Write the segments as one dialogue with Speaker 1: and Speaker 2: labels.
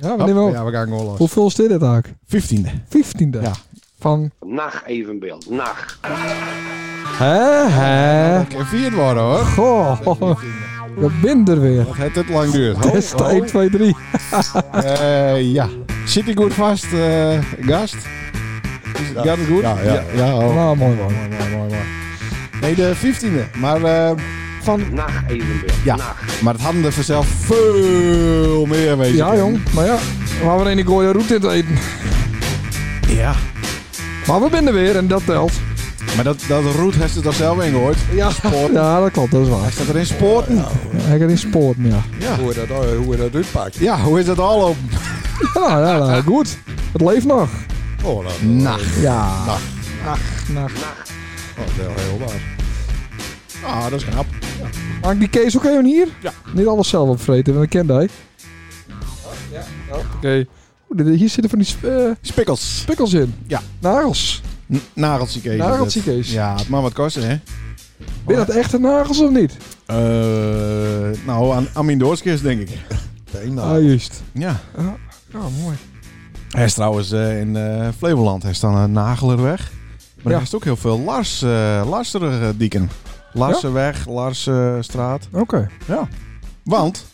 Speaker 1: Ja, we nemen op.
Speaker 2: Oh, Ja, we gaan goal los.
Speaker 1: Hoeveel is dit het eigenlijk?
Speaker 2: 15e.
Speaker 1: Vijftiende.
Speaker 2: Ja.
Speaker 1: Van,
Speaker 3: Nacht evenbeeld. Nacht.
Speaker 1: hè, hè.
Speaker 2: Dat kan vierd worden hoor.
Speaker 1: Goh, we zijn er weer.
Speaker 2: Dat heeft het lang duurt. Ho,
Speaker 1: Dat is de
Speaker 2: ho.
Speaker 1: 1, 2, 3.
Speaker 2: Oh, Eh, ja. Zit hij goed vast, eh, gast? Is het, Gaat het goed?
Speaker 4: Ja, ja.
Speaker 2: ja oh.
Speaker 1: Nou, mooi, mooi.
Speaker 2: Mooi, mooi, mooi, mooi. Nee, de 15e. Maar, eh, van,
Speaker 3: Nacht evenbeeld.
Speaker 2: Ja.
Speaker 3: Nacht.
Speaker 2: maar het hadden er vanzelf veel meer wezen.
Speaker 1: Ja,
Speaker 2: kunnen.
Speaker 1: jong. Maar ja, waar we in die gooie route in te eten.
Speaker 2: Ja.
Speaker 1: Maar we binnen weer en dat telt.
Speaker 2: Maar dat, dat roet heeft het al zelf ingegooid.
Speaker 1: Ja,
Speaker 2: Spoorten.
Speaker 1: ja dat klopt, dat is
Speaker 2: Hij
Speaker 1: waar.
Speaker 2: staat erin spoorten.
Speaker 1: Hij kan niet spoort meer.
Speaker 2: Ja.
Speaker 4: Hoe je dat, hoe je dat uitpakt.
Speaker 2: Ja, hoe is dat al op?
Speaker 1: Ja, ja, nou, goed. Het leeft nog.
Speaker 4: Oh, dat
Speaker 2: Nacht.
Speaker 1: Ja.
Speaker 2: Nacht.
Speaker 1: Nacht, nacht.
Speaker 4: oh, dat is wel heel waar.
Speaker 2: Ah, dat is knap.
Speaker 1: Maak die Kees ook even hier?
Speaker 4: Ja.
Speaker 1: Niet alles zelf opvreten, want dat kent hij. Ja, oké. Oeh, dit- Hier zitten van die sp- eh,
Speaker 2: Spikkels.
Speaker 1: pikkels in.
Speaker 2: Ja.
Speaker 1: Nagels.
Speaker 2: N- Nageltiekees.
Speaker 1: Nageltiekees.
Speaker 2: Ja, het mag wat kosten, hè?
Speaker 1: Ben
Speaker 2: Oh,
Speaker 1: je dat echte nagels of niet?
Speaker 2: Eh, nou, aan, aan mijn doorskist, denk ik.
Speaker 4: Nee,
Speaker 1: Ah,
Speaker 4: nou.
Speaker 1: juist.
Speaker 2: Ja.
Speaker 1: Ja, mooi.
Speaker 2: Hij is trouwens eh, in eh, Flevoland. Hij staat een Nagelerweg. Maar
Speaker 1: Ja.
Speaker 2: er is ook heel veel Lars, eh Larserige dieken. Larsenweg, Larsstraat.
Speaker 1: Oké.
Speaker 2: Ja. Want,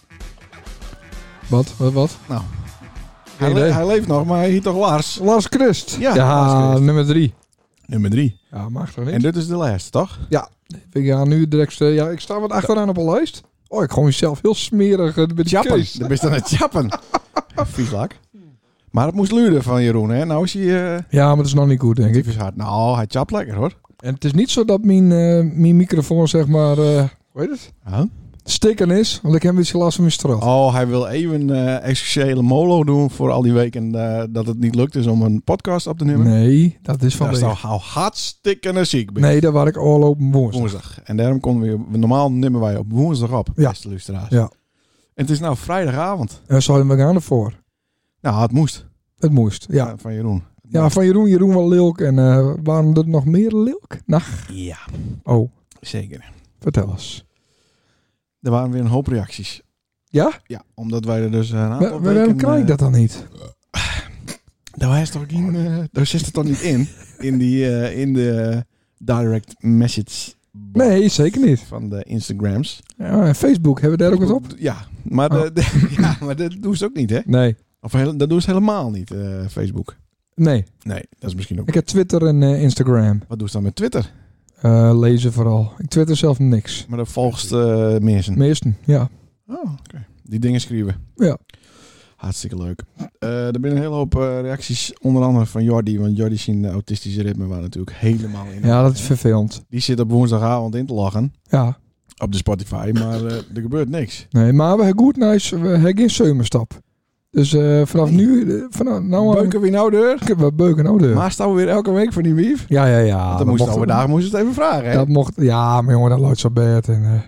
Speaker 1: Wat, wat, wat?
Speaker 2: nou, hij,
Speaker 1: Geen
Speaker 2: le-
Speaker 1: idee.
Speaker 2: hij leeft nog, maar hij heet toch Lars?
Speaker 1: Lars Christ.
Speaker 2: Ja, Lars Christ.
Speaker 1: nummer drie.
Speaker 2: Nummer drie.
Speaker 1: Ja, mag toch
Speaker 2: En
Speaker 1: niet?
Speaker 2: dit is de laatste, toch?
Speaker 1: Ik, ja, nu direct... eh, ja, ik sta wat achteraan op een lijst. Oh, ik gewoon zelf heel smerig eh, met die
Speaker 2: Chappen.
Speaker 1: Kees.
Speaker 2: Dan ben je aan het chappen. Vieslak. Maar het moest luiden van Jeroen, hè? Nou is hij... eh,
Speaker 1: Ja, maar dat is nog niet goed, denk ik.
Speaker 2: typisch hard. Nou, hij chapt lekker, hoor.
Speaker 1: En het is niet zo dat mijn, eh, mijn microfoon, zeg maar, eh hoe heet het?
Speaker 2: Huh?
Speaker 1: Stikken is, want ik heb een beetje last van mijn straf.
Speaker 2: Oh, hij wil even eh essentiële molo doen voor al die weken eh, dat het niet lukt is om een podcast op te nemen.
Speaker 1: Nee, dat is van
Speaker 2: Daar is nou
Speaker 1: de.
Speaker 2: hou hartstikke ziek bij.
Speaker 1: Nee, daar waar ik oorlopen woensdag.
Speaker 2: Woensdag. En daarom konden we, normaal nemen wij op woensdag op,
Speaker 1: Ja.
Speaker 2: beste luisteraars.
Speaker 1: Ja.
Speaker 2: En het is nou vrijdagavond.
Speaker 1: En zouden we gaan ervoor.
Speaker 2: Nou, het moest.
Speaker 1: Het moest, ja.
Speaker 2: eh, Van Jeroen.
Speaker 1: Ja, van Jeroen, Jeroen wel Lilk. En eh, waren er nog meer Lilk? Nou,
Speaker 2: Ja,
Speaker 1: oh,
Speaker 2: zeker.
Speaker 1: vertel eens.
Speaker 2: Er waren weer een hoop reacties.
Speaker 1: Ja?
Speaker 2: Ja, omdat wij er dus eh, een
Speaker 1: Maar
Speaker 2: aantal
Speaker 1: maar waarom
Speaker 2: weken,
Speaker 1: kan ik
Speaker 2: eh,
Speaker 1: dat dan niet?
Speaker 2: Daar is toch geen, eh, daar zit het toch niet in? In, die, eh, in de direct message box
Speaker 1: Nee, zeker niet.
Speaker 2: van de Instagrams.
Speaker 1: Ja, en Facebook, hebben we daar ook wat op? Oh.
Speaker 2: Ja, maar, de, de- ja, maar dat doen ze ook niet, hè?
Speaker 1: Nee.
Speaker 2: Of heel, dat doen ze helemaal niet, eh, Facebook.
Speaker 1: Nee,
Speaker 2: Nee, dat is misschien ook...
Speaker 1: ik heb Twitter en eh, Instagram.
Speaker 2: Wat doen ze dan met Twitter?
Speaker 1: Eh, lezen vooral. Ik twitter zelf niks.
Speaker 2: Maar dat volgst eh mensen.
Speaker 1: Meesten, ja.
Speaker 2: Oh, oké. Die dingen schrijven.
Speaker 1: Ja.
Speaker 2: Hartstikke leuk. Eh, er binnen een hele hoop eh, reacties, onder andere van Jordi. Want Jordi zien de autistische ritme waar natuurlijk helemaal in.
Speaker 1: Ja, dat is vervelend.
Speaker 2: Die zit op woensdagavond in te lachen
Speaker 1: Ja.
Speaker 2: op de Spotify, maar eh, er gebeurt niks.
Speaker 1: Nee, maar we hebben goed nice, we hebben geen zomerstap. Dus eh, vanaf nu, eh, vanaf nou aan,
Speaker 2: Beuken we nou deur?
Speaker 1: we beuken ook de.
Speaker 2: Maar staan we weer elke week voor die wief?
Speaker 1: ja, ja, ja.
Speaker 2: dan
Speaker 1: we
Speaker 2: moest nou
Speaker 1: mochten-
Speaker 2: we daar moest het even vragen, hè?
Speaker 1: Dat mocht, ja, maar jongen, dat loopt zo bed. En, eh,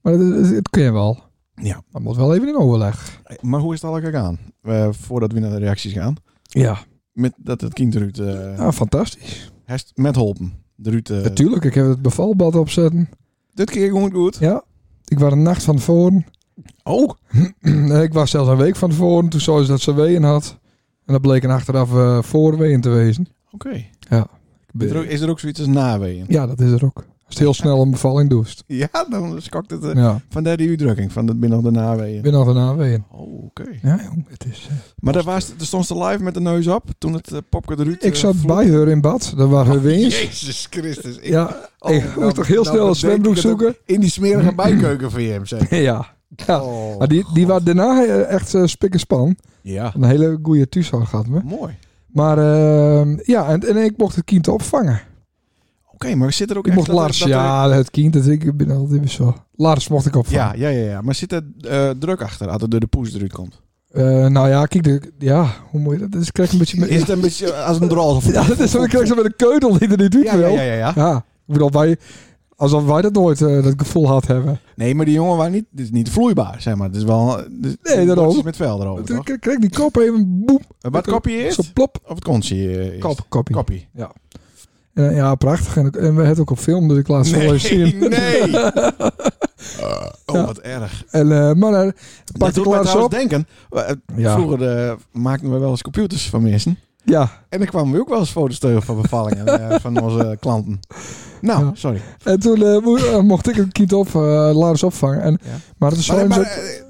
Speaker 1: maar het, het, het kun je wel.
Speaker 2: Ja.
Speaker 1: Dat moet wel even in overleg.
Speaker 2: Maar hoe is het al gegaan? Eh, voordat we naar de reacties gaan.
Speaker 1: Ja.
Speaker 2: Met dat het kind eruit... eh,
Speaker 1: Ja, fantastisch.
Speaker 2: Herst met Holpen. De Ruud, eh,
Speaker 1: Natuurlijk, ik heb het bevalbad opzetten.
Speaker 2: dit keer gewoon goed.
Speaker 1: Ja. Ik was een nacht van tevoren.
Speaker 2: Oh,
Speaker 1: Nee, ik was zelfs een week van tevoren. Toen zou ze dat ze weeën had. En dat bleek een achteraf eh voorween te wezen.
Speaker 2: oké.
Speaker 1: Ik
Speaker 2: Is, er ook-
Speaker 1: ben-
Speaker 2: is er ook zoiets als naweeën?
Speaker 1: Ja, dat is er ook. Als het heel snel een bevalling doest.
Speaker 2: Ja, dan skokt het. eh,
Speaker 1: Ja.
Speaker 2: Vandaar die uitdrukking, van dat binnen de naweeën.
Speaker 1: Binnen al daarna weeën.
Speaker 2: Oh, oké.
Speaker 1: Ja, jong, het is. eh,
Speaker 2: Maar daar, was, daar stond ze live met de neus op toen het eh, popke de Ruud...
Speaker 1: ik
Speaker 2: eh, Oh,
Speaker 1: zat
Speaker 2: vloog.
Speaker 1: bij haar in bad. Dat was haar winst.
Speaker 2: Jezus Christus. Ik,
Speaker 1: Ja,
Speaker 2: oh,
Speaker 1: ik moest
Speaker 2: nou-
Speaker 1: toch heel
Speaker 2: nou
Speaker 1: snel een
Speaker 2: bedenk ik
Speaker 1: zwembroek
Speaker 2: het ook.
Speaker 1: zoeken.
Speaker 2: In die smerige bijkeuken van je hem, zeg.
Speaker 1: Ja. Ja.
Speaker 2: Oh,
Speaker 1: Maar Ah, die, die was daarna eh, echt eh, spik en span.
Speaker 2: ja.
Speaker 1: Een hele goede toestand gehad me.
Speaker 2: Mooi.
Speaker 1: Maar ehm, ja, en, en ik mocht het kind opvangen.
Speaker 2: Oké, maar zit er ook
Speaker 1: Ik
Speaker 2: echt...
Speaker 1: mocht
Speaker 2: dat er-
Speaker 1: Lars,
Speaker 2: dat er-
Speaker 1: ja, het kind. Dat ik ben altijd weer zo. Lars mocht ik opvangen.
Speaker 2: ja. Ja, ja, ja. Maar zit er eh, druk achter, als het door de poes eruit komt?
Speaker 1: Eh, nou ja, kijk, de, ja, hoe moet je dat? Dus ik krijg een beetje.
Speaker 2: Is het een beetje als een drol? of-
Speaker 1: ja, dat is zo. Ik krijg ze met een keutel die er niet doet
Speaker 2: ja, ja,
Speaker 1: wel.
Speaker 2: ja, ja, ja.
Speaker 1: Ja, ik bedoel, wij, alsof wij dat nooit eh, dat gevoel had hebben.
Speaker 2: Nee, maar die jongen waren niet, dit is niet vloeibaar, zeg maar. Het is wel... Dus,
Speaker 1: Nee, daarom.
Speaker 2: Het is met vel erover,
Speaker 1: Toen
Speaker 2: toch?
Speaker 1: k- kreeg die kop even boem.
Speaker 2: Wat kopje eerst?
Speaker 1: Zo plop.
Speaker 2: Of het kontje eh, eerst?
Speaker 1: Kop, kopie.
Speaker 2: Kopie.
Speaker 1: En, eh, ja, prachtig. En, ook- en we hebben het ook op film, dus ik laat ze wel even zien.
Speaker 2: nee. oh,
Speaker 1: Ja.
Speaker 2: wat erg.
Speaker 1: En, eh, maar daar
Speaker 2: Dat
Speaker 1: pakte
Speaker 2: doet mij
Speaker 1: Klaas
Speaker 2: trouwens
Speaker 1: op.
Speaker 2: denken. we- eh,
Speaker 1: Ja.
Speaker 2: Vroeger eh, maakten we wel eens computers van mensen.
Speaker 1: Ja,
Speaker 2: En dan kwamen we ook wel eens foto's tegen van bevallingen eh, van onze klanten. Nou,
Speaker 1: Ja.
Speaker 2: sorry.
Speaker 1: en toen eh, mo- eh, mocht ik een kind op, eh Lars opvangen. En,
Speaker 2: Ja.
Speaker 1: Maar het is
Speaker 2: Maar,
Speaker 1: zo...
Speaker 2: maar, eh,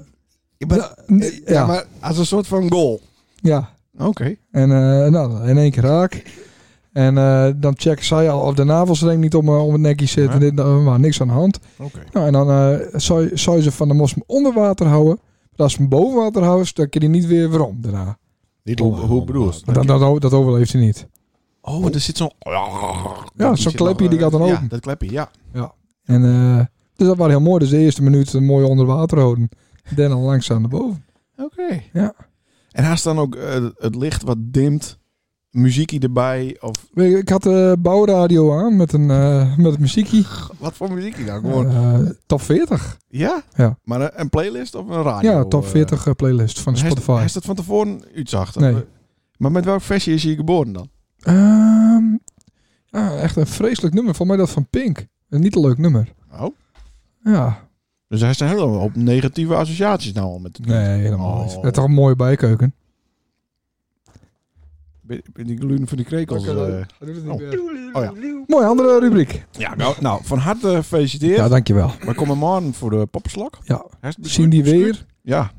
Speaker 2: ik ben-
Speaker 1: Ja, nee,
Speaker 2: eh, ja,
Speaker 1: ja.
Speaker 2: maar als een soort van goal.
Speaker 1: ja,
Speaker 2: Oké.
Speaker 1: en eh, nou, in één keer raak. En eh, dan checken zij al of de navelstreng niet om, eh, om het nekje zit.
Speaker 2: Ja.
Speaker 1: En dit, nou, maar niks aan de hand.
Speaker 2: Oké.
Speaker 1: Nou, en dan eh, zou, zou je ze van de mos onder water houden. Maar als ze hem boven water houden, dan kun je die niet weer weer om daarna.
Speaker 4: Niet
Speaker 2: Hoe-
Speaker 4: onder-
Speaker 2: hoe
Speaker 4: onder
Speaker 2: bedoel je?
Speaker 4: water.
Speaker 1: Want dan, dat, o- dat overleeft hij niet.
Speaker 2: Oh, er zit zo'n...
Speaker 1: zo'n
Speaker 2: zit
Speaker 1: klepje, die
Speaker 2: nog, eh,
Speaker 1: gaat dan
Speaker 2: Ja,
Speaker 1: open.
Speaker 2: dat klepje, ja.
Speaker 1: En, eh, dus dat was heel mooi. Dus de eerste minuut een mooie onder water houden. Dan al langzaam naar boven.
Speaker 2: Oké.
Speaker 1: Ja.
Speaker 2: En haast dan ook eh, het licht wat dimt, muziekie erbij of
Speaker 1: Weet je, Ik had de bouwradio aan met een eh, met het muziekje.
Speaker 2: wat voor muziekie dan gewoon?
Speaker 1: Eh, top 40.
Speaker 2: ja?
Speaker 1: ja.
Speaker 2: Maar eh, een, een playlist of een radio?
Speaker 1: Ja, top
Speaker 2: eh,
Speaker 1: 40 eh, playlist van
Speaker 2: hij is- Hij
Speaker 1: Spotify.
Speaker 2: is dat van tevoren uitzacht?
Speaker 1: Nee.
Speaker 2: Maar met welk versie is hij geboren dan?
Speaker 1: Ehm, ja, echt een vreselijk nummer. Volgens mij dat van Pink. Een niet een leuk nummer.
Speaker 2: Oh.
Speaker 1: Ja,
Speaker 2: Dus hij is een hele hoop negatieve associaties nou al met het
Speaker 1: nee, helemaal
Speaker 2: Oh.
Speaker 1: niet. Dat is toch een mooie bijkeuken.
Speaker 2: Bij- bij Die gluten van die krekels. eh. niet Oh ja.
Speaker 1: Mooie andere rubriek.
Speaker 2: Ja, nou, nou, van harte gefeliciteerd.
Speaker 1: Ja, dankjewel.
Speaker 2: maar kom maar morgen voor de poppenslok.
Speaker 1: Ja.
Speaker 2: Hij is het
Speaker 1: Zien die
Speaker 2: bescuit?
Speaker 1: weer?
Speaker 2: Ja.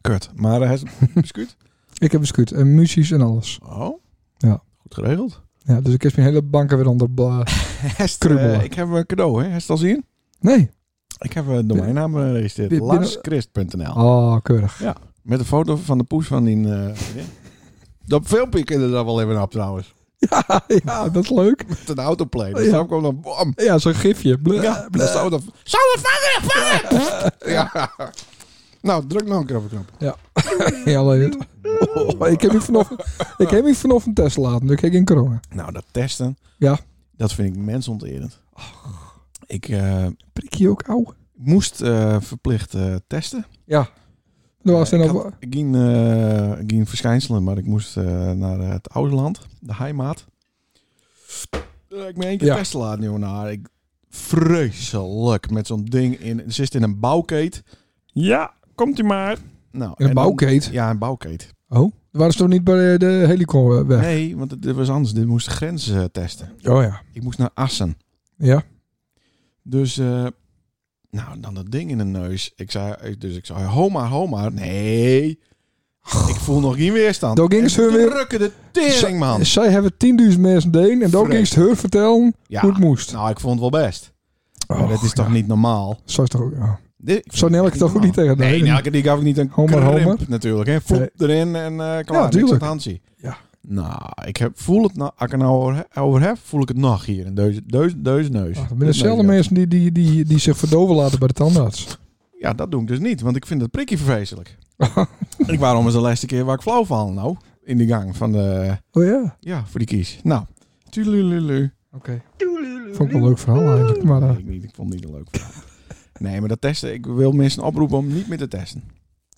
Speaker 2: Kut. Maar eh, hij is het bescuit.
Speaker 1: Ik heb een scoot en muzies en alles.
Speaker 2: Oh.
Speaker 1: Ja.
Speaker 2: Goed geregeld.
Speaker 1: Ja, dus ik heb mijn hele banken weer onder. bla-
Speaker 2: Hest,
Speaker 1: Krummelen.
Speaker 2: eh, ik heb een cadeau, hè? Hest al zien?
Speaker 1: Nee.
Speaker 2: Ik heb een domeinnaam eh, geregistreerd.
Speaker 1: Bi- binnen-
Speaker 2: LarsChrist.nl.
Speaker 1: Oh, keurig.
Speaker 2: Met een foto van de poes van die... eh, vriendin. dat filmpje kun je er dan wel even op trouwens.
Speaker 1: Ja, ja, dat is leuk.
Speaker 2: Met een autoplay. Dus
Speaker 1: Oh, Ja.
Speaker 2: daarom kwam dan... Bam.
Speaker 1: Ja, zo'n gifje. Blah,
Speaker 2: Ja,
Speaker 1: blah.
Speaker 2: dat zou dan... Zou we vangen? Vangen! ja. Nou, druk nog een knop. knop.
Speaker 1: Ja, alleen het. Oh, ik heb hier vanochtend, ik heb hier vanochtend een test laten. Dus ik heb geen corona.
Speaker 2: Nou, dat testen.
Speaker 1: Ja. Oh.
Speaker 2: Dat vind ik mensonterend. Ik eh,
Speaker 1: Prik je ook ouwe?
Speaker 2: moest eh, verplicht eh, testen.
Speaker 1: Ja. Dat was
Speaker 2: Eh,
Speaker 1: dan
Speaker 2: ik
Speaker 1: op-
Speaker 2: had geen, eh, geen verschijnselen, maar ik moest eh, naar het oude land, de heimaat. Eh, ik ben één keer
Speaker 1: Ja.
Speaker 2: testen laten, jongen. Nou, ik vreselijk met zo'n ding in. Ze zit in een bouwkeet. Ja, komt u maar. Nou,
Speaker 1: in een
Speaker 2: en dan-
Speaker 1: bouwkeet.
Speaker 2: ja, een bouwkeet.
Speaker 1: Oh, waren ze toch niet bij de helikon eh, weg?
Speaker 2: Nee, want dit was anders. Dit moest de grens eh, testen.
Speaker 1: Oh ja.
Speaker 2: Ik moest naar Assen.
Speaker 1: Ja.
Speaker 2: Dus, eh, nou, dan dat ding in de neus. Ik zei, dus ik zei, homa, homa. Nee, ik voel nog geen
Speaker 1: Oh.
Speaker 2: weerstand.
Speaker 1: Daar gingen
Speaker 2: En
Speaker 1: ze weer-
Speaker 2: drukken de tering, man.
Speaker 1: Zij hebben 10.000 mensen deen en dan
Speaker 2: Vreemd.
Speaker 1: ging ze het haar vertellen hoe
Speaker 2: Ja,
Speaker 1: het moest.
Speaker 2: nou, ik vond het wel best. maar
Speaker 1: Oh,
Speaker 2: dat is toch
Speaker 1: ja.
Speaker 2: niet normaal?
Speaker 1: Zo is toch ook... ja.
Speaker 2: Dit- ik vind
Speaker 1: Zo nel ik
Speaker 2: echt
Speaker 1: het toch ook niet
Speaker 2: normaal.
Speaker 1: tegen de
Speaker 2: Nee,
Speaker 1: hele-
Speaker 2: nou, ik- die gaf ik niet een
Speaker 1: Homer,
Speaker 2: homer,
Speaker 1: homer.
Speaker 2: natuurlijk. Hè. Flop erin en eh klaar, ja, niks
Speaker 1: tuurlijk.
Speaker 2: aan de hand zie.
Speaker 1: Ja.
Speaker 2: Nou, ik heb, voel het, nou, als ik er nou over- over heb, voel ik het nog hier in deze, deze, deze neus.
Speaker 1: Ach, dat
Speaker 2: Dit
Speaker 1: Ah, zijn dezelfde
Speaker 2: neusgat.
Speaker 1: mensen die, die, die, die zich verdoven laten bij de tandarts.
Speaker 2: Ja, dat doe ik dus niet, want ik vind dat prikje vervreselijk. ik waarom is de laatste keer waar ik flauw val nou? In die gang van de...
Speaker 1: Oh ja.
Speaker 2: Ja, voor die kies. Nou. Tulululu.
Speaker 1: Oké. Vond ik wel een leuk verhaal eigenlijk. Maar eh,
Speaker 2: Nee, ik, niet, ik vond het niet een leuk verhaal. Nee, maar dat testen... Ik wil mensen oproepen om niet meer te testen.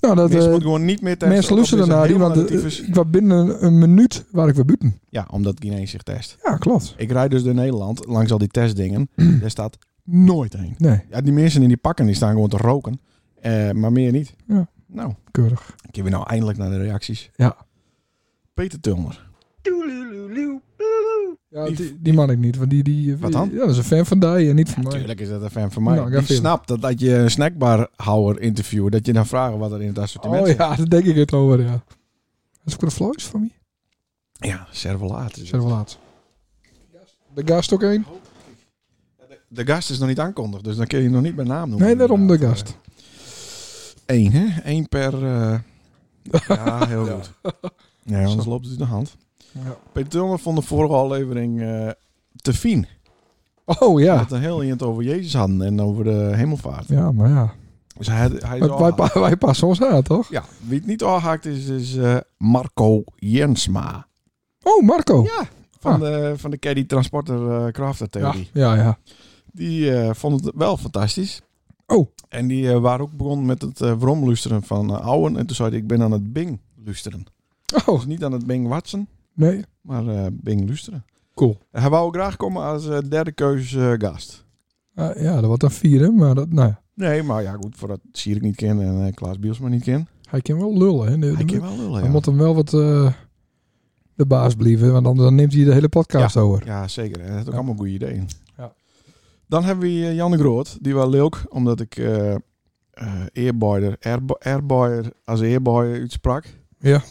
Speaker 1: nou, dat,
Speaker 2: mensen
Speaker 1: eh,
Speaker 2: moeten gewoon niet meer testen.
Speaker 1: mensen
Speaker 2: ook al
Speaker 1: luisteren
Speaker 2: is het
Speaker 1: daarna die,
Speaker 2: heel
Speaker 1: want eh,
Speaker 2: negatief is.
Speaker 1: ik was binnen een, een minuut waar ik weer buiten.
Speaker 2: Ja, omdat Guinees zich test.
Speaker 1: Ja, klopt.
Speaker 2: Ik rijd dus door Nederland langs al die testdingen. Daar staat nooit een.
Speaker 1: Nee,
Speaker 2: Ja, die mensen in die pakken die staan gewoon te roken. Eh, maar meer niet.
Speaker 1: Ja.
Speaker 2: Nou,
Speaker 1: keurig.
Speaker 2: ik we nou eindelijk naar de reacties.
Speaker 1: Ja.
Speaker 2: Peter Tulmer.
Speaker 1: Ja,
Speaker 2: Die-
Speaker 1: die, die man ik niet. Want die, die, eh,
Speaker 2: Wat dan?
Speaker 1: Ja, dat is een fan van die en niet van mij.
Speaker 2: Natuurlijk is dat een fan van mij.
Speaker 1: Nou, ik
Speaker 2: ik
Speaker 1: heb veel.
Speaker 2: snap dat, dat je een snackbarhouwer interviewt, dat je dan vraagt wat er in het assortiment
Speaker 1: Oh
Speaker 2: zit.
Speaker 1: ja, daar denk ik het over, ja. Is het voor de fluis van mij?
Speaker 2: Ja, servolaat. is het.
Speaker 1: Zijn we laat. De gast ook één?
Speaker 2: De gast is nog niet aankondigd, dus dan kun je hem nog niet bij naam noemen.
Speaker 1: Nee, daarom de
Speaker 2: inderdaad.
Speaker 1: gast.
Speaker 2: Eh, Eén, hè? Eén per... eh, ja, heel goed. Ja, anders
Speaker 1: Zo.
Speaker 2: loopt het in de hand.
Speaker 1: Ja.
Speaker 2: Peter Tulmer vond de vorige aflevering eh, te fien.
Speaker 1: Oh
Speaker 2: Ja.
Speaker 1: ja.
Speaker 2: Dat een heel eind over Jezus hadden en over de hemelvaart.
Speaker 1: Ja, maar ja.
Speaker 2: Dus hij, hij
Speaker 1: Wij, wij, pa- wij passen ons aan, toch?
Speaker 2: ja, wie het niet aanhaakt is, is eh, Marco Jensma.
Speaker 1: Oh, Marco.
Speaker 2: Ja, van,
Speaker 1: Ah.
Speaker 2: de, van de Caddy Transporter eh Crafter
Speaker 1: ja,
Speaker 2: Theorie.
Speaker 1: ja. ja.
Speaker 2: Die eh, vond het wel fantastisch.
Speaker 1: Oh.
Speaker 2: En die eh, waren ook begonnen met het eh vromlusteren van eh, ouwen. En toen zei hij, ik ben aan het Bing lusteren.
Speaker 1: Oh,
Speaker 2: Dus niet aan het Bing watsen,
Speaker 1: nee.
Speaker 2: maar eh, Bing lusteren.
Speaker 1: Cool.
Speaker 2: Hij wou graag komen als eh, derde keus eh, gast.
Speaker 1: Eh, ja, dat wordt dan vier, hè, maar dat, nou ja.
Speaker 2: Nee, maar ja, goed, voordat Sierik niet ken en eh, Klaas Bielsma niet ken.
Speaker 1: Hij kan wel lullen, hè. De-
Speaker 2: Hij
Speaker 1: de-
Speaker 2: kan wel lullen,
Speaker 1: Hij
Speaker 2: ja.
Speaker 1: moet hem wel wat eh, de baas blijven, want dan, dan neemt hij de hele podcast over.
Speaker 2: Ja, zeker. Hij heeft ook
Speaker 1: Ja.
Speaker 2: allemaal goede ideeën.
Speaker 1: Ja.
Speaker 2: Dan hebben we eh, Jan de Groot. Die was leuk, omdat ik eh eh eerboider, eerbo- eerboier als eerboier uitsprak.
Speaker 1: Ja.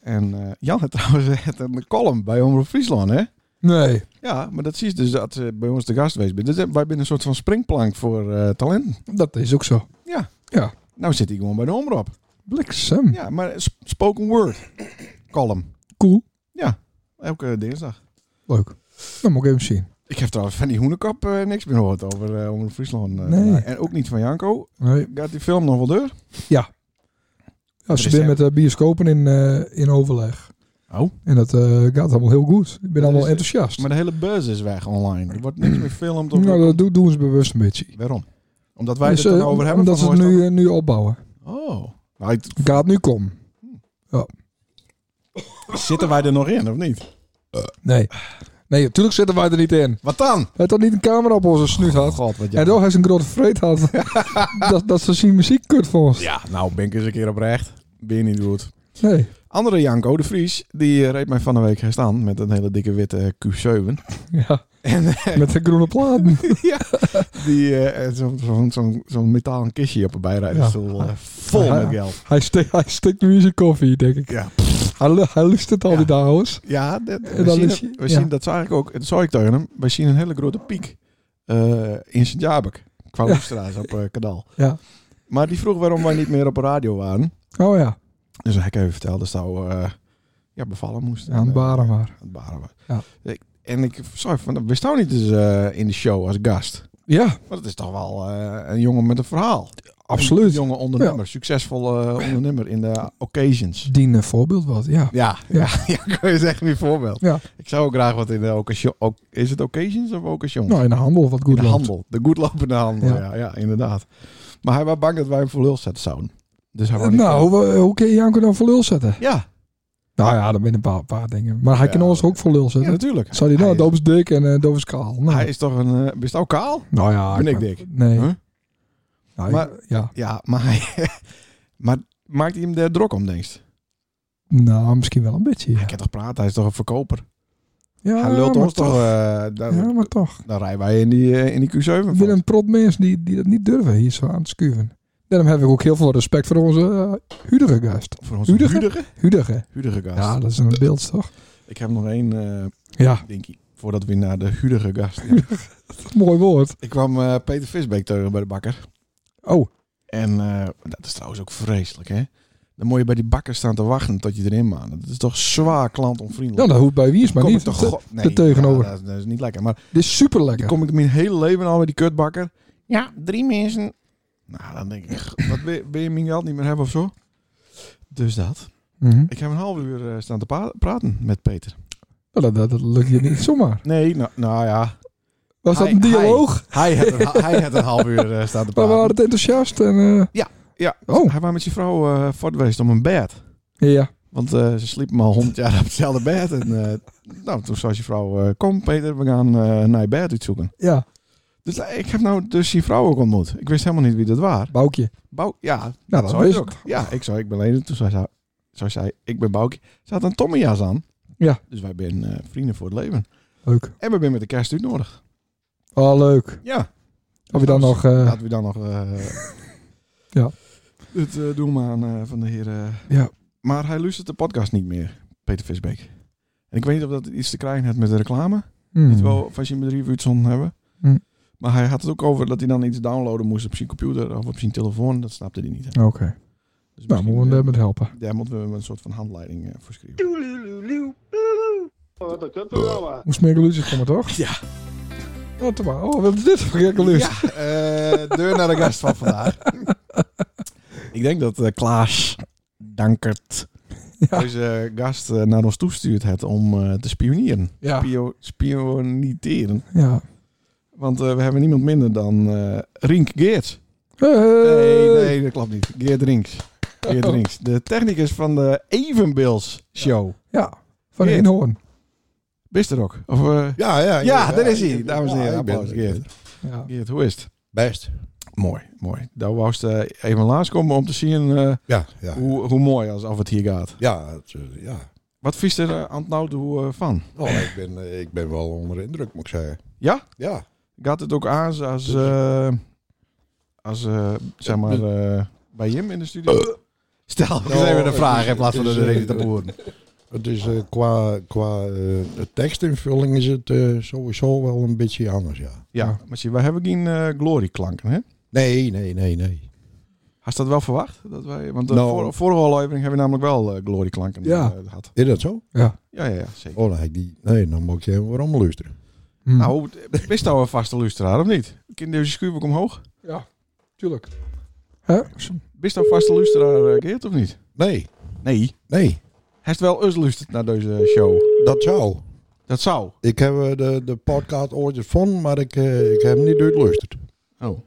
Speaker 2: En eh, Jan had trouwens het een column bij Omroep Friesland, hè?
Speaker 1: Nee.
Speaker 2: Ja, maar dat zie je dus dat ze bij ons te gast geweest bent. Dus, eh, wij zijn een soort van springplank voor eh, talenten.
Speaker 1: Dat is ook zo.
Speaker 2: Nou zit hij gewoon bij de omroep.
Speaker 1: Bliksem.
Speaker 2: Ja, maar sp- spoken word column.
Speaker 1: Cool.
Speaker 2: Elke dinsdag.
Speaker 1: Leuk. Dan moet ik even zien.
Speaker 2: Ik heb trouwens van die hoenekap eh, niks meer gehoord over eh Omroep Friesland. eh,
Speaker 1: Nee.
Speaker 2: En ook niet van Janko.
Speaker 1: Nee.
Speaker 2: Gaat die film nog wel deur?
Speaker 1: Ja, ze
Speaker 2: is
Speaker 1: zijn
Speaker 2: hem.
Speaker 1: met de bioscopen in, eh, in overleg.
Speaker 2: Oh.
Speaker 1: En dat eh, gaat allemaal heel goed. Ik ben allemaal
Speaker 2: is-
Speaker 1: enthousiast.
Speaker 2: Maar de hele buzz is weg online. Er wordt niks meer gefilmd. Of
Speaker 1: nou, dat doen, doen ze bewust een beetje.
Speaker 2: Waarom? Omdat wij
Speaker 1: Dus,
Speaker 2: het er
Speaker 1: eh,
Speaker 2: dan over hebben.
Speaker 1: omdat ze
Speaker 2: van,
Speaker 1: het
Speaker 2: hoe is
Speaker 1: nu, eh, nu opbouwen.
Speaker 2: dat? Oh. Nou, het-
Speaker 1: Gaat nu komen.
Speaker 2: zitten wij er nog in, of niet?
Speaker 1: Nee. Nee, natuurlijk zitten wij er niet in.
Speaker 2: Wat dan? Oh,
Speaker 1: Hij had niet een camera op onze snuit had.
Speaker 2: God, wat
Speaker 1: En
Speaker 2: jij...
Speaker 1: toch heeft ze een grote vreed had. dat, dat ze zien muziek kut voor ons.
Speaker 2: Ja, nou, ben ik eens een keer oprecht. Ben je niet goed.
Speaker 1: Nee.
Speaker 2: Andere Janko, de Vries, die eh, reed mij van de week staan met een hele dikke witte Q7.
Speaker 1: Ja.
Speaker 2: En eh,
Speaker 1: Met de groene platen.
Speaker 2: die eh, zo'n zo'n zo'n zo'n metalen kistje op een bijrijdersstoel.
Speaker 1: Ja.
Speaker 2: eh, vol
Speaker 1: Ja.
Speaker 2: met geld.
Speaker 1: Hij, ste hij steekt nu in zijn koffie, denk ik.
Speaker 2: Ja.
Speaker 1: Hij, lu- hij luistert al
Speaker 2: Ja.
Speaker 1: die dames.
Speaker 2: Ja, dat, we,
Speaker 1: dan
Speaker 2: zien,
Speaker 1: is je-
Speaker 2: we
Speaker 1: ja.
Speaker 2: zien dat zag ik ook. Dat zag ik tegen hem. We zien een hele grote piek eh, in Sint-Jabek. Qua
Speaker 1: Ja.
Speaker 2: luisteraars op eh kanaal.
Speaker 1: Ja.
Speaker 2: Maar die vroeg waarom wij niet meer op de radio waren.
Speaker 1: Oh ja,
Speaker 2: Dus heb ik even verteld dat zou eh, ja, bevallen moest.
Speaker 1: aan het
Speaker 2: Eh,
Speaker 1: baren maar.
Speaker 2: aan het baren was.
Speaker 1: Ja.
Speaker 2: Ik- en ik zei van, we staan niet eens eh, in de show als gast.
Speaker 1: Ja,
Speaker 2: Maar het is toch wel eh, een jongen met een verhaal. Een
Speaker 1: absoluut.
Speaker 2: jonge ondernemer. Succesvolle eh, ondernemer in de occasions.
Speaker 1: Dien een voorbeeld wat, ja.
Speaker 2: Ja, ja.
Speaker 1: Ja.
Speaker 2: ja, kun je zeggen een voorbeeld.
Speaker 1: Ja.
Speaker 2: Ik zou ook graag wat in de occasion... oc- Is het occasions of occasions?
Speaker 1: Nou, in de handel wat goed
Speaker 2: in de
Speaker 1: loopt.
Speaker 2: handel. De goedlopende handel, ja.
Speaker 1: Ja.
Speaker 2: Ja, inderdaad. Maar hij was bang dat wij hem voor lul zetten zouden. Dus hij wou niet
Speaker 1: Nou, hoe, hoe kun je Janko dan voor lul zetten?
Speaker 2: Ja,
Speaker 1: Nou ja, dat zijn een paar, paar dingen. Maar hij
Speaker 2: Ja,
Speaker 1: kan ons ook voor lul
Speaker 2: ja,
Speaker 1: zetten.
Speaker 2: natuurlijk.
Speaker 1: Zou hij
Speaker 2: Hij
Speaker 1: nou,
Speaker 2: is-
Speaker 1: doof is dik en eh doof is kaal. Nou,
Speaker 2: Hij is toch een... eh, bist ook kaal?
Speaker 1: nou ja.
Speaker 2: Ben ik
Speaker 1: maar-
Speaker 2: dik?
Speaker 1: Nee.
Speaker 2: Huh?
Speaker 1: Nou,
Speaker 2: Maar-
Speaker 1: ja.
Speaker 2: Ja, maar hij... maar maakt hij hem daar druk om, denk je?
Speaker 1: Nou, misschien wel een beetje,
Speaker 2: Hij
Speaker 1: ja.
Speaker 2: kan toch praten? Hij is toch een verkoper?
Speaker 1: Ja,
Speaker 2: hij lult
Speaker 1: maar
Speaker 2: ons toch... eh, dan,
Speaker 1: Ja, maar toch.
Speaker 2: dan rijden wij in die, eh, in die Q7
Speaker 1: Ik
Speaker 2: voor.
Speaker 1: ben een prot mensen die, die dat niet durven hier zo aan te schuiven. Daarom heb ik ook heel veel respect voor onze eh, huidige gast.
Speaker 2: Voor onze
Speaker 1: Hudige?
Speaker 2: huidige,
Speaker 1: Huidige.
Speaker 2: huidige gast.
Speaker 1: Ja, dat is een beeld, toch?
Speaker 2: Ik heb nog één... eh,
Speaker 1: Ja,
Speaker 2: Dinkie. Voordat we naar de huurige gast gaan.
Speaker 1: mooi woord.
Speaker 2: Ik kwam eh, Peter Visbeek tegen bij de bakker.
Speaker 1: Oh,
Speaker 2: En eh, dat is trouwens ook vreselijk, hè? Dan moet je bij die bakker staan te wachten tot je erin maakt. Dat is toch zwaar
Speaker 1: ja,
Speaker 2: klantonvriendelijk.
Speaker 1: nou, dat hoeft bij wie is, maar
Speaker 2: Kom ik
Speaker 1: niet.
Speaker 2: toch
Speaker 1: Dit
Speaker 2: go- nee,
Speaker 1: tegenover.
Speaker 2: ja, dat, is, dat is niet lekker. Maar
Speaker 1: is super
Speaker 2: die
Speaker 1: lekker.
Speaker 2: kom ik mijn hele leven al bij die kutbakker. Ja, drie mensen. Nou, dan denk ik, "Goh, wat wil, wil je mijn geld niet meer hebben of zo? Dus dat.
Speaker 1: Mhm.
Speaker 2: Ik heb een half uur eh, staan te pa- praten met Peter.
Speaker 1: dat, dat, dat lukt je niet zomaar.
Speaker 2: Nee, nou, nou ja.
Speaker 1: Was dat
Speaker 2: Hij-
Speaker 1: een dialoog?
Speaker 2: Hij had een, hij had een half uur eh, staan te
Speaker 1: Maar we
Speaker 2: praten.
Speaker 1: waren het enthousiast en... eh,
Speaker 2: Ja, ja.
Speaker 1: Oh,
Speaker 2: Hij was met zijn vrouw eh voort geweest om een bed.
Speaker 1: ja.
Speaker 2: Want eh, ze sliepen al honderd jaar op hetzelfde bed. En eh, nou, toen zei zijn vrouw, eh, kom Peter, we gaan eh, naar je bed uitzoeken.
Speaker 1: Ja,
Speaker 2: Dus eh, ik heb nou dus die vrouw ook ontmoet. Ik wist helemaal niet wie dat was.
Speaker 1: Boukje.
Speaker 2: Bouw, ja,
Speaker 1: Nou, dat
Speaker 2: zei
Speaker 1: is
Speaker 2: ik ook. Ja, ik zei, ik ben Lene. Toen zei ze, zei zij, ik ben Boukje. Ze had een Tommyjas aan.
Speaker 1: Ja.
Speaker 2: Dus wij zijn eh, vrienden voor het leven.
Speaker 1: Leuk.
Speaker 2: En we zijn met de kerst uitnodigd.
Speaker 1: Oh, leuk.
Speaker 2: Ja.
Speaker 1: Of je dan
Speaker 2: Dus
Speaker 1: nog... eh,
Speaker 2: Laten we dan nog... eh,
Speaker 1: Ja.
Speaker 2: Het eh, doen we aan eh, van de heer... eh.
Speaker 1: Ja.
Speaker 2: Maar hij luistert de podcast niet meer, Peter Visbeek. En ik weet niet of dat iets te krijgen heeft met de reclame.
Speaker 1: hmm.
Speaker 2: Niet wel of als je een bedrijf uit zon hebben.
Speaker 1: Hm.
Speaker 2: Maar hij had het ook over dat hij dan iets downloaden moest op zijn computer of op zijn telefoon. Dat snapte hij niet. hè.
Speaker 1: Oké.
Speaker 2: Dus
Speaker 1: Nou,
Speaker 2: misschien,
Speaker 1: moeten we
Speaker 2: eh,
Speaker 1: hem met helpen.
Speaker 2: daar moeten we hem een soort van handleiding eh, voor schrijven.
Speaker 3: Wat een kutprogramma.
Speaker 1: Moest meer geluidjes komen, toch?
Speaker 2: Ja.
Speaker 1: Oh, te maar. oh wat is dit voor een geluid?
Speaker 2: Ja, eh, deur naar de gast van vandaag. ik denk dat eh, Klaas Dankert
Speaker 1: Ja.
Speaker 2: deze gast eh, naar ons toestuurd heeft om eh, te spionieren.
Speaker 1: Ja.
Speaker 2: Pio spioniteren.
Speaker 1: ja.
Speaker 2: Want eh, we hebben niemand minder dan eh, Rink Geert. Nee,
Speaker 1: Hey.
Speaker 2: nee, dat klopt niet. Geert Rinks. Geert Rinks. De technicus van de Evenbeels Show.
Speaker 1: Ja, van
Speaker 2: Geert.
Speaker 1: Eenhoorn.
Speaker 2: Bist er ook? Of, eh,
Speaker 4: Ja, ja.
Speaker 2: ja, daar is hij. Dames en heren,
Speaker 4: ik ben
Speaker 2: applaus.
Speaker 4: er.
Speaker 2: Geert.
Speaker 1: Ja.
Speaker 2: Geert, hoe is het?
Speaker 4: Best.
Speaker 2: Mooi, mooi. Daar wou je even langs komen om te zien eh,
Speaker 4: Ja, ja.
Speaker 2: hoe, hoe mooi als of het hier gaat.
Speaker 4: Ja, het, eh, ja.
Speaker 2: Wat vies er eh, aan het nou toe eh, van?
Speaker 4: Nou, ik ben, eh, ik ben wel onder de indruk, moet ik zeggen.
Speaker 2: Ja?
Speaker 4: Ja.
Speaker 2: Gaat het ook aan als, eh, als eh, zeg maar, eh, bij Jim in de studio? Stel eens
Speaker 4: Nou,
Speaker 2: even een
Speaker 4: het
Speaker 2: vraag
Speaker 4: is-
Speaker 2: in plaats van
Speaker 4: het
Speaker 2: de
Speaker 4: is,
Speaker 2: reden te
Speaker 4: eh,
Speaker 2: boeren.
Speaker 4: Het is eh, qua, qua eh, tekstinvulling is het eh, sowieso wel een beetje anders, ja.
Speaker 2: Ja, maar zie, wij hebben geen eh glorieklanken, hè?
Speaker 4: Nee, nee, nee, nee.
Speaker 2: Had je dat wel verwacht? Dat wij, want eh, de
Speaker 4: Nou.
Speaker 2: vor- vorige aflevering hebben we namelijk wel eh glorieklanken
Speaker 1: Ja.
Speaker 2: eh, gehad.
Speaker 4: Is dat zo?
Speaker 1: ja.
Speaker 2: Ja, ja, ja zeker.
Speaker 4: Oh, nee, die, nee dan moet je hem weer allemaal luisteren.
Speaker 1: Hm.
Speaker 2: Nou, wist nou een vaste luisteraar of niet? Kind deze schuurboek omhoog?
Speaker 1: Ja, tuurlijk. Hè?
Speaker 2: Bist nou vaste luisteraar, eh, Geert, of niet?
Speaker 4: Nee,
Speaker 2: Nee.
Speaker 4: nee.
Speaker 2: Heeft wel eens luisterd naar deze show?
Speaker 4: Dat zou.
Speaker 2: Dat zou.
Speaker 4: Ik heb eh, de, de podcast ooit gevonden, maar ik, eh, ik heb hem niet uitgeluisterd.
Speaker 2: Oh.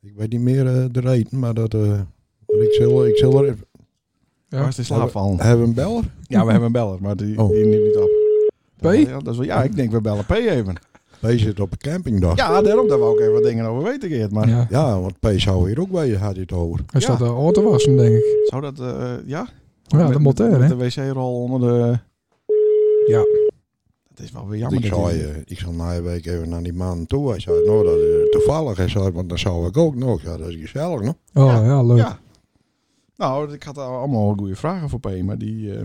Speaker 4: Ik weet niet meer eh, de reden, maar dat... eh, maar ik zal, ik zal er even...
Speaker 1: Ja.
Speaker 2: Was in slaap vallen?
Speaker 4: Hebben we een beller?
Speaker 2: Ja, we hebben een beller, maar die,
Speaker 4: Oh.
Speaker 2: die neemt niet op.
Speaker 1: P?
Speaker 2: Ja, dat is wel, ja, ik denk we bellen P even.
Speaker 4: Wij zitten op een campingdag.
Speaker 2: Ja, daarom daar wou ik even wat dingen over weten, Geert. Maar
Speaker 1: ja.
Speaker 4: Ja, want P zou hier ook bij je had hij het over.
Speaker 1: Hij staat de auto wassen, denk ik.
Speaker 2: zou dat... eh, ja?
Speaker 1: Ja,
Speaker 2: Met-
Speaker 1: dat moet er,
Speaker 2: met
Speaker 1: hè?
Speaker 2: de wc-rol onder de...
Speaker 1: Ja.
Speaker 2: Dat is wel weer jammer.
Speaker 4: ik,
Speaker 2: dat
Speaker 4: zou,
Speaker 2: die-
Speaker 4: eh, ik zou na een week even naar die man toe. Hij zei, nou, dat is toevallig. Hij zei, want dan zou ik ook nog. Ja, dat is gezellig, no?
Speaker 1: Oh, ja, leuk.
Speaker 2: Ja. Nou, ik had allemaal goede vragen voor P, maar die, eh,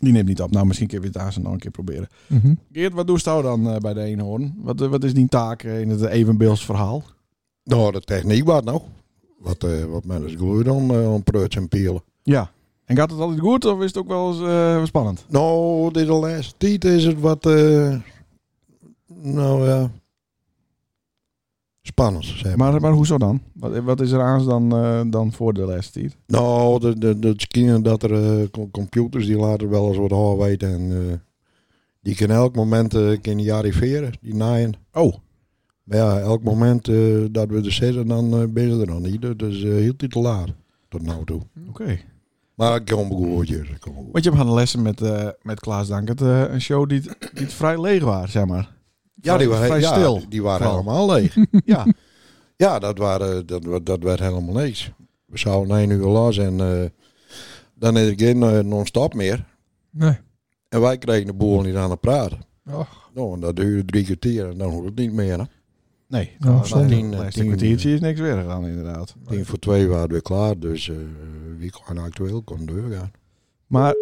Speaker 2: die neemt niet op. Nou, misschien kunnen we het daar zo nog een keer proberen.
Speaker 1: Mhm.
Speaker 2: Geert, wat doe je nou dan eh, bij de eenhoorn? Wat, eh, wat is die taak eh, in het evenbeeldsverhaal?
Speaker 4: Nou, de techniek wat nou. Wat, eh wat men is gloeit om, eh, om preuts en pielen.
Speaker 2: Ja. En gaat het altijd goed of is het ook wel eens eh, spannend?
Speaker 4: Nou, dit de laatste tijd is het wat... eh, nou ja... Spannend, zeg
Speaker 2: Maar, maar hoezo dan? Wat, wat is er aan dan, eh, dan voor de les, Tiet?
Speaker 4: Nou, de- de- de- het is kinderen dat er eh, com- computers die later wel eens wat aan weten. En, eh, die kunnen elk moment eh kunnen die arriveren, die naaien.
Speaker 2: Oh.
Speaker 4: Maar ja, elk moment eh, dat we er zitten, dan eh, ben je er nog niet. Dus is heel die te laat tot nu toe.
Speaker 2: Oké.
Speaker 4: Maar ik kom goed, Jus, ik kom goed.
Speaker 2: Want je hebt aan lessen met, eh, met Klaas Dankert. eh, een show die, het- die het vrij leeg was, zeg maar.
Speaker 4: Ja, die waren,
Speaker 2: vrij
Speaker 4: ja,
Speaker 2: stil.
Speaker 4: die waren
Speaker 2: Vooral.
Speaker 4: helemaal leeg.
Speaker 2: Ja.
Speaker 4: Ja, dat, waren, dat, wa- dat werd helemaal niks. We zouden één uur los en eh, dan is het geen eh, non-stop meer.
Speaker 1: Nee.
Speaker 4: En wij kregen de boel niet aan het praten.
Speaker 1: Och,
Speaker 4: Nou, en dat duurde drie kwartier en dan hoort het niet meer. Hè?
Speaker 2: Nee. Nou,
Speaker 1: Ja, zonde.
Speaker 2: een
Speaker 4: Tien-
Speaker 2: kwartiertje is niks weer gedaan, inderdaad.
Speaker 4: Tien voor twee waren we klaar, dus eh, wie kon actueel kon doorgaan.
Speaker 2: Maar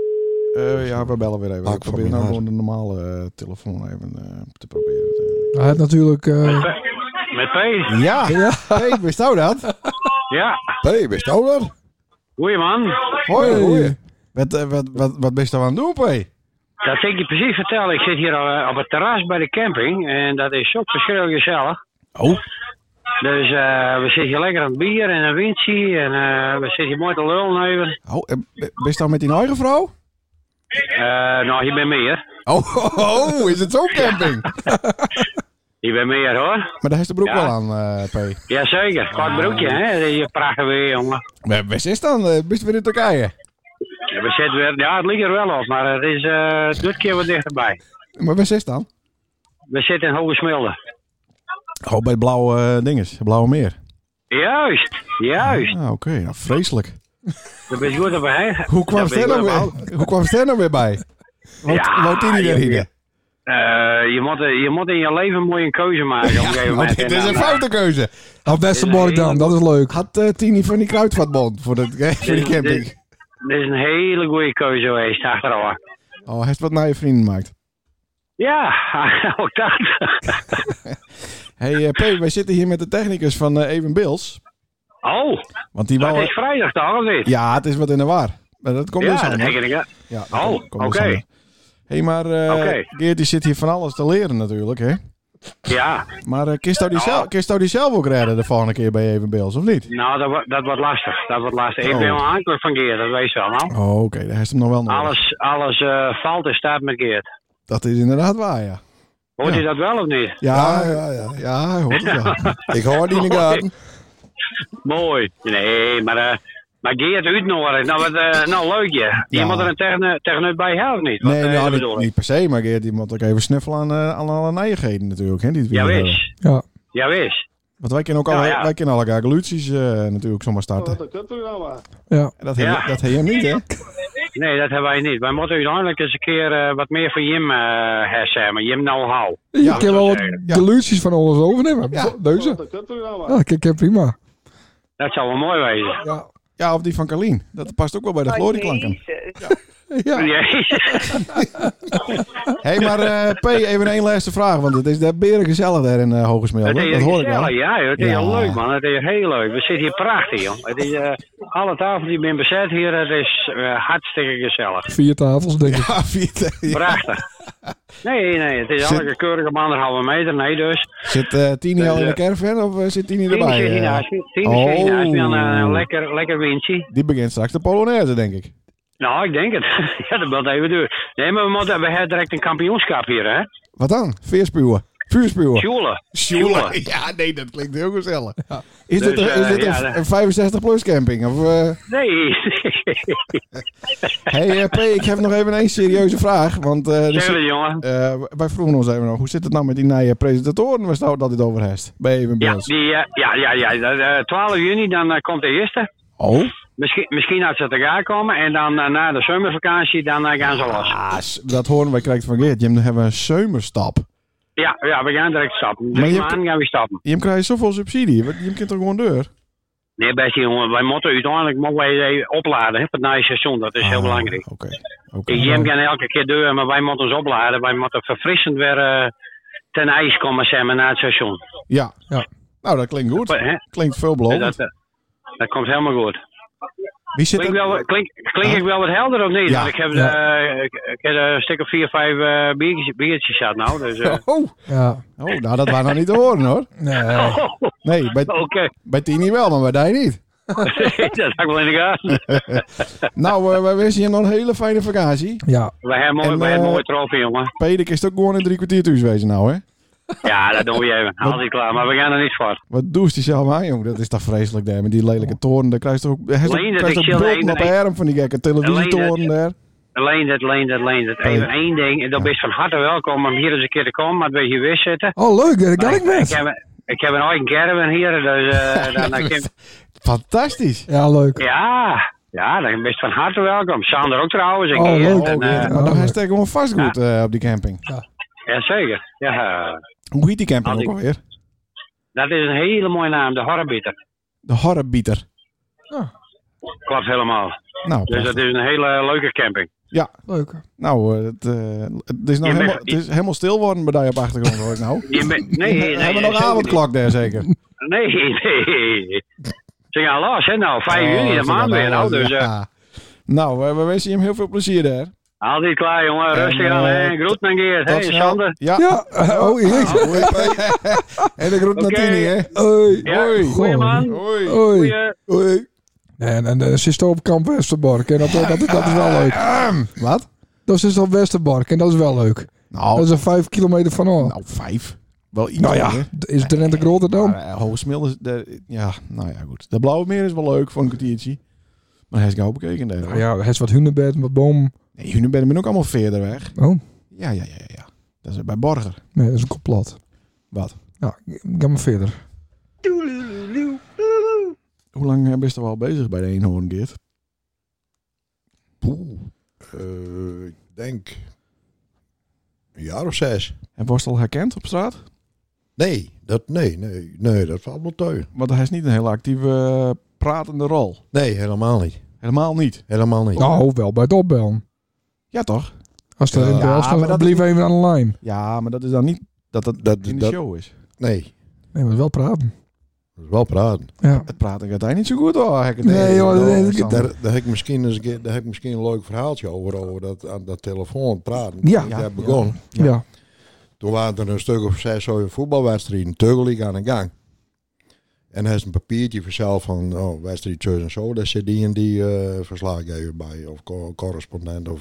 Speaker 2: eh, ja, we bellen weer even.
Speaker 4: Haak
Speaker 2: ik probeer
Speaker 4: van
Speaker 2: nou
Speaker 4: mijn
Speaker 2: gewoon de normale eh, telefoon even eh, te proberen. te-
Speaker 1: hij had natuurlijk... eh,
Speaker 3: Met P?
Speaker 2: Ja,
Speaker 1: Ja.
Speaker 2: hey, wist jou dat?
Speaker 3: Ja.
Speaker 4: Hé, hey, best jou dat?
Speaker 3: Goeie man.
Speaker 2: Hoi,
Speaker 1: Hey.
Speaker 2: hoi. Wat, eh, wat, wat, wat ben je nou aan het doen, P?
Speaker 3: Dat kan ik je precies vertellen. Ik zit hier eh, op het terras bij de camping. En dat is ook verschrikkelijk gezellig.
Speaker 2: Oh.
Speaker 3: Dus eh, we zitten hier lekker aan het bier en een windje. En eh, we zitten hier mooi te lullen even.
Speaker 2: oh eh, ben je nou met die eigen vrouw?
Speaker 3: Eh, nou, hier ben meer.
Speaker 2: Oh, oh, oh, is het zo'n camping?
Speaker 3: Hier ben meer hoor.
Speaker 2: Maar daar is de broek
Speaker 3: Ja.
Speaker 2: wel aan, eh, P.
Speaker 3: Jazeker. Kort broekje,
Speaker 2: Ah.
Speaker 3: hè. Dat is hier prachtig weer, jongen.
Speaker 2: Maar Waar is dan? Eh, Ben je weer in Turkije?
Speaker 3: We zitten weer... Ja, het ligt er wel op. Maar het is eh het doet keer wat dichterbij.
Speaker 2: Maar waar is dan?
Speaker 3: We zitten in Hoge Smilde.
Speaker 2: Oh, bij het blauwe eh, dinges, het blauwe meer.
Speaker 3: Juist. Juist.
Speaker 2: Ah, oké. Nou, vreselijk.
Speaker 3: Dat ben je goed op, hè.
Speaker 2: Hoe kwam
Speaker 3: Dat ben je
Speaker 2: Stan nou
Speaker 3: goed op,
Speaker 2: weer, hoe kwam Stan nou weer bij? Wat
Speaker 3: Ja,
Speaker 2: ja, die weer
Speaker 3: je-
Speaker 2: hier?
Speaker 3: Eh, je, moet, je moet in je leven moet je een keuze maken. Op een gegeven
Speaker 2: Want
Speaker 3: moment.
Speaker 2: dit
Speaker 3: En
Speaker 2: is een
Speaker 3: dan,
Speaker 2: foute keuze.
Speaker 1: Op Westerbork dan, dat is leuk.
Speaker 2: Had eh, Tini van die kruidvatbond voor, dat, eh, voor die
Speaker 3: Dit- dit-
Speaker 2: camping?
Speaker 3: eh, Dit is een hele goede keuze geweest, achteraf.
Speaker 2: Oh, hij heeft wat naar je vrienden gemaakt.
Speaker 3: Ja, ook dat.
Speaker 2: hey, eh, P, wij zitten hier met de technicus van eh Even Bills.
Speaker 3: Oh,
Speaker 2: Want die
Speaker 3: dat
Speaker 2: wou...
Speaker 3: is vrijdag toch, of niet?
Speaker 2: Ja, het is wat in de war. Maar dat komt dus
Speaker 3: ja dat
Speaker 2: aan.
Speaker 3: denk ik. ja.
Speaker 2: Ja,
Speaker 3: Oh,
Speaker 2: dat komt
Speaker 3: oké.
Speaker 2: dus aan. hey, maar eh
Speaker 3: Oké.
Speaker 2: Geert die zit hier van alles te leren natuurlijk, hè?
Speaker 3: Ja,
Speaker 2: Maar eh kist jou die, zelf- kist jou die zelf ook redden de volgende keer bij Even Bills, of niet?
Speaker 3: nou, dat, wordt- dat wordt lastig. Dat wordt lastig. Ik
Speaker 2: Oh.
Speaker 3: ben wel aankoop van Geert, dat weet je wel. Nou.
Speaker 2: Oh, oké, daar heeft hem nog wel nodig.
Speaker 3: Alles, alles eh, valt en staat met Geert.
Speaker 2: Dat is inderdaad waar, ja.
Speaker 3: Hoort
Speaker 2: Ja.
Speaker 3: je dat wel of niet?
Speaker 2: Ja,
Speaker 4: Ja,
Speaker 2: ja,
Speaker 4: ja, ja.
Speaker 2: hij hoort het wel.
Speaker 4: Ik hoor die in de gaten.
Speaker 3: Mooi. Nee, maar, eh maar Geert uitnodigen, nou, wat, eh, nou leuk je. Je
Speaker 2: Ja.
Speaker 3: moet er een techne- techneut bij hebben, of niet? Wat,
Speaker 2: Nee,
Speaker 3: eh,
Speaker 2: nou,
Speaker 3: dat
Speaker 2: niet,
Speaker 3: bedoel ik.
Speaker 2: niet per se, maar Geert die moet ook even snuffelen aan, eh, aan alle nijigheden natuurlijk, hè? Die het weer
Speaker 3: Ja,
Speaker 2: hebben.
Speaker 3: wees.
Speaker 1: Ja.
Speaker 3: Jawis.
Speaker 2: Want wij kennen ook
Speaker 3: Ja,
Speaker 2: alle,
Speaker 3: ja.
Speaker 2: wij kennen alle garguluties eh, natuurlijk zomaar starten.
Speaker 5: Wat kunt u nou maar?
Speaker 1: Ja.
Speaker 2: En dat
Speaker 3: Ja.
Speaker 2: heb- dat heb je niet, hè?
Speaker 3: Nee, dat hebben wij niet. Wij moeten uiteindelijk eens een keer eh, wat meer van Jim eh hersemmen. Jim nou hou.
Speaker 1: ik heb wel wat
Speaker 2: Ja.
Speaker 1: delusies van alles overnemen.
Speaker 2: Ja.
Speaker 1: Deze.
Speaker 5: Wat kunt u nou maar?
Speaker 1: Ja, kijk, kijk, prima.
Speaker 3: Dat zou wel mooi wezen.
Speaker 1: Ja.
Speaker 2: Ja, of die van Carlien. Dat past ook wel bij de glorieklanken.
Speaker 1: Ja.
Speaker 3: Jezus.
Speaker 2: Hé, hey, maar eh, P, even één laatste vraag. Want het is daar beren gezellig daar in uh,
Speaker 3: Dat
Speaker 2: Hogesmelde.
Speaker 3: is
Speaker 2: Dat hoor ik
Speaker 3: gezellig,
Speaker 2: wel.
Speaker 3: ja, joh. het is
Speaker 2: Ja.
Speaker 3: heel leuk, man. Het is heel leuk. We zitten hier prachtig, joh. Het is, eh, alle tafels die zijn bezet hier, het is eh, hartstikke gezellig.
Speaker 1: Vier tafels, denk ik.
Speaker 2: Ja, vier- ja.
Speaker 3: Prachtig. Nee, nee, het is
Speaker 2: Zit-
Speaker 3: elke keurige om anderhalve meter, nee dus.
Speaker 2: Zit eh, Tini al in de caravan of eh, zit Tini
Speaker 3: Tien
Speaker 2: erbij?
Speaker 3: zit
Speaker 2: eh?
Speaker 3: hiernaast, tien zit hiernaast,
Speaker 2: Oh.
Speaker 3: met een eh, lekker, lekker windje.
Speaker 2: Die begint straks de Polonaise, denk ik.
Speaker 3: Nou, ik denk het. ja, dat wordt even duur. Nee, maar we, moeten, we hebben direct een kampioenschap hier, hè.
Speaker 2: Wat dan? Veerspuwen. Vuurspuwen.
Speaker 3: Sjoelen.
Speaker 2: Ja, nee, dat klinkt heel gezellig. Is
Speaker 3: Dus,
Speaker 2: dit, een- is
Speaker 3: eh,
Speaker 2: dit
Speaker 3: ja,
Speaker 2: een,
Speaker 3: dat-
Speaker 2: 65-plus camping? Of, eh,
Speaker 3: Nee.
Speaker 2: Hey eh, P, ik heb nog even een serieuze vraag. Want eh, er zit-
Speaker 3: Zullen, jongen.
Speaker 2: eh, wij vroegen ons even nog, hoe zit het nou met die nieuwe presentatoren? Waar staat dat dit over heeft? Bij even
Speaker 3: Ja,
Speaker 2: Bills.
Speaker 3: die, eh, ja, ja, ja. dat, eh, 12 juni, dan eh, komt de eerste.
Speaker 2: Oh,
Speaker 3: Misschien, misschien als ze te gaan komen en dan eh, na de zomervakantie dan eh, gaan ze los.
Speaker 2: ah, s- dat horen wij krijgt van Geert. Jim, dan hebben we een zomerstap.
Speaker 3: Ja, ja, we gaan direct stappen.
Speaker 2: Maar
Speaker 3: Drie
Speaker 2: je hebt-
Speaker 3: maanden gaan we stappen.
Speaker 2: Jim krijgt zoveel subsidie. want Jim kent toch gewoon deur?
Speaker 3: Nee, beste jongen, wij moeten uiteindelijk moeten wij even opladen hè, voor het nieuwe seizoen. Dat is heel
Speaker 2: Ah,
Speaker 3: belangrijk.
Speaker 2: Oké. Oké.
Speaker 3: Ik Jim kan elke keer deur, maar wij moeten ons opladen. Wij moeten verfrissend weer eh, ten ijs komen zeg maar, na het seizoen.
Speaker 2: Ja.
Speaker 1: Ja.
Speaker 2: Nou, dat klinkt goed.
Speaker 3: Hè?
Speaker 2: Klinkt veelbelovend.
Speaker 3: Dat, eh, dat komt helemaal goed.
Speaker 2: Wie zit
Speaker 3: Klink, wel,
Speaker 2: er?
Speaker 3: klink, klink ik wel wat helder of niet?
Speaker 2: Ja,
Speaker 3: Want ik heb, eh, ik, ik heb een stuk of vier, vijf eh, biertjes, biertjes gehad nou. Dus, eh.
Speaker 2: Oh,
Speaker 1: Ja.
Speaker 2: oh, nou dat waren nou niet te horen hoor.
Speaker 1: Nee.
Speaker 2: Nee, bij,
Speaker 3: Oké,
Speaker 2: bij Tini wel, maar bij Dij niet.
Speaker 3: dat had ik wel in de gaten.
Speaker 2: Nou, eh, wij wensen je nog een hele fijne vakantie.
Speaker 1: Ja.
Speaker 3: We hebben mooi,
Speaker 2: En,
Speaker 3: we hebben
Speaker 2: eh,
Speaker 3: mooi troffen, jongen.
Speaker 2: Pedik is ook gewoon in drie kwartier thuis wezen nou, hè?
Speaker 3: Ja, dat doen we even. Haal die klaar, maar we gaan er niet voor.
Speaker 2: Wat doest die zelf aan, jong? Dat is toch vreselijk, daar. Met die lelijke toren, daar krijg je toch ook... Hij
Speaker 3: Alleen dat
Speaker 2: krijg je
Speaker 3: ik
Speaker 2: toch
Speaker 3: zelf
Speaker 2: bulten op de
Speaker 3: één-
Speaker 2: arm van die gekke televisietoren
Speaker 3: Alleen
Speaker 2: daar.
Speaker 3: Leen dat, leen dat, leen dat. Even
Speaker 2: Oh.
Speaker 3: één ding, en dat bent van harte welkom om hier eens een keer te komen, maar we hier weer zitten.
Speaker 1: Oh, leuk. Daar kan ik
Speaker 3: Ik
Speaker 1: met.
Speaker 3: heb, een- ik heb een eigen caravan hier, dus eh, dan, dan kan-
Speaker 2: Fantastisch.
Speaker 1: Ja, leuk.
Speaker 3: ja, ja, dan bent van harte welkom. Sander ook trouwens, ik
Speaker 1: Oh,
Speaker 3: hier.
Speaker 1: leuk.
Speaker 2: Oh,
Speaker 3: En, eh,
Speaker 2: ja, maar dan hij steekt gewoon vastgoed eh, op die camping.
Speaker 3: Jazeker, ja.
Speaker 2: Hoe heet die camping
Speaker 3: Had
Speaker 2: ook
Speaker 3: Nou, ik-
Speaker 2: alweer?
Speaker 3: Dat is een hele mooie naam, de Horrebieter.
Speaker 2: De Horrebieter.
Speaker 3: Klopt helemaal.
Speaker 2: Nou,
Speaker 3: Dus dat
Speaker 2: prachtig.
Speaker 3: is een hele leuke camping.
Speaker 1: Leuk.
Speaker 2: nou eh, het, eh, het is nou
Speaker 3: Je
Speaker 2: helemaal,
Speaker 3: bent-
Speaker 2: het is helemaal stil worden bij Dij op de achtergrond, hoor ik nou.
Speaker 3: Je bent- nee, nee,
Speaker 2: We hebben nog
Speaker 3: zeker niet.
Speaker 2: avondklok daar zeker.
Speaker 3: Nee, nee. Ze gaan los, hè? Nou, 5
Speaker 2: Oh,
Speaker 3: juni, de
Speaker 2: dat
Speaker 3: maand
Speaker 2: is
Speaker 3: weer. Nou,
Speaker 2: wel-
Speaker 3: dus eh,
Speaker 2: ja. Nou, we, we wensen je hem heel veel plezier daar.
Speaker 3: haal die klaar, jongen.
Speaker 2: En,
Speaker 3: Rustig
Speaker 2: eh,
Speaker 3: aan, hè? Groet naar Geert, hè?
Speaker 2: Tot snel.
Speaker 3: Sander.
Speaker 2: Ja.
Speaker 1: Ja. Oh, Erik.
Speaker 2: Hoi, P. en de groet
Speaker 3: Oké.
Speaker 2: naar Tini, hè.
Speaker 1: Hoi.
Speaker 3: Ja,
Speaker 2: Hoi.
Speaker 3: goeie man.
Speaker 2: Hoi.
Speaker 1: Hoi.
Speaker 3: Goeie.
Speaker 2: Hoi.
Speaker 1: Nee, en, en eh, ze is toch op kamp Westerbork. En dat, dat, dat, is wel leuk.
Speaker 2: Wat?
Speaker 1: Dat is op Westerbork. En dat is wel leuk.
Speaker 2: Nou,
Speaker 1: Dat is een vijf kilometer van ons.
Speaker 2: nou vijf. Wel iets
Speaker 1: Nou ja, d- is Drenthe groter dan?
Speaker 2: Hoogsmil is... eh, De, ja, nou ja, goed. De Blauwe Meer is wel leuk voor een kwartiertje. Maar hij is gauw bekeken daar.
Speaker 1: Nou ja, het is wat hunebed, wat boom.
Speaker 2: Nee, jullie ben ben ook allemaal verder weg.
Speaker 1: Oh,
Speaker 2: Ja, ja, ja, ja, ja. Dat is bij Borger.
Speaker 1: nee, dat is een kop plat.
Speaker 2: Wat?
Speaker 1: Nou, ga maar verder.
Speaker 2: Hoe lang eh, ben je er al bezig bij de eenhoorn, Geert?
Speaker 4: Poeh. Eh, ik denk een jaar of zes.
Speaker 2: En was het al herkend op straat?
Speaker 4: Nee, dat, nee, nee, nee, dat valt wel teun.
Speaker 2: Want hij is niet een hele actieve eh, pratende rol.
Speaker 4: Nee, helemaal niet.
Speaker 2: Helemaal niet.
Speaker 4: Helemaal niet.
Speaker 1: Nou, wel bij het opbellen.
Speaker 2: Ja, toch?
Speaker 1: Als er in
Speaker 4: Ja,
Speaker 1: bel staat,
Speaker 2: maar dat
Speaker 1: blijf even aan de lijn.
Speaker 2: Ja, maar dat is dan niet dat dat,
Speaker 4: Dat-
Speaker 2: in de
Speaker 4: dat-
Speaker 2: show is.
Speaker 4: Nee,
Speaker 1: Nee, maar wel praten.
Speaker 4: dat is wel praten.
Speaker 1: Ja.
Speaker 2: Het praten gaat hij niet zo goed hoor. Hekken.
Speaker 1: Nee, joh, dat is-
Speaker 2: Sander.
Speaker 4: Daar, daar, heb ik misschien eens, een keer- daar heb ik misschien een leuk verhaaltje over, over dat, aan dat telefoon praten.
Speaker 1: Ja.
Speaker 4: Ik
Speaker 2: Ja,
Speaker 4: heb begon.
Speaker 1: Ja. ja.
Speaker 4: Toen waren er een stuk of zes zo'n voetbalwedstrijden, Teugelliga aan de gang. En hij is een papiertje verzeld van, oh, wedstrijd zo en zo, daar zit die en die eh, verslaggever bij, of co- correspondent. Of...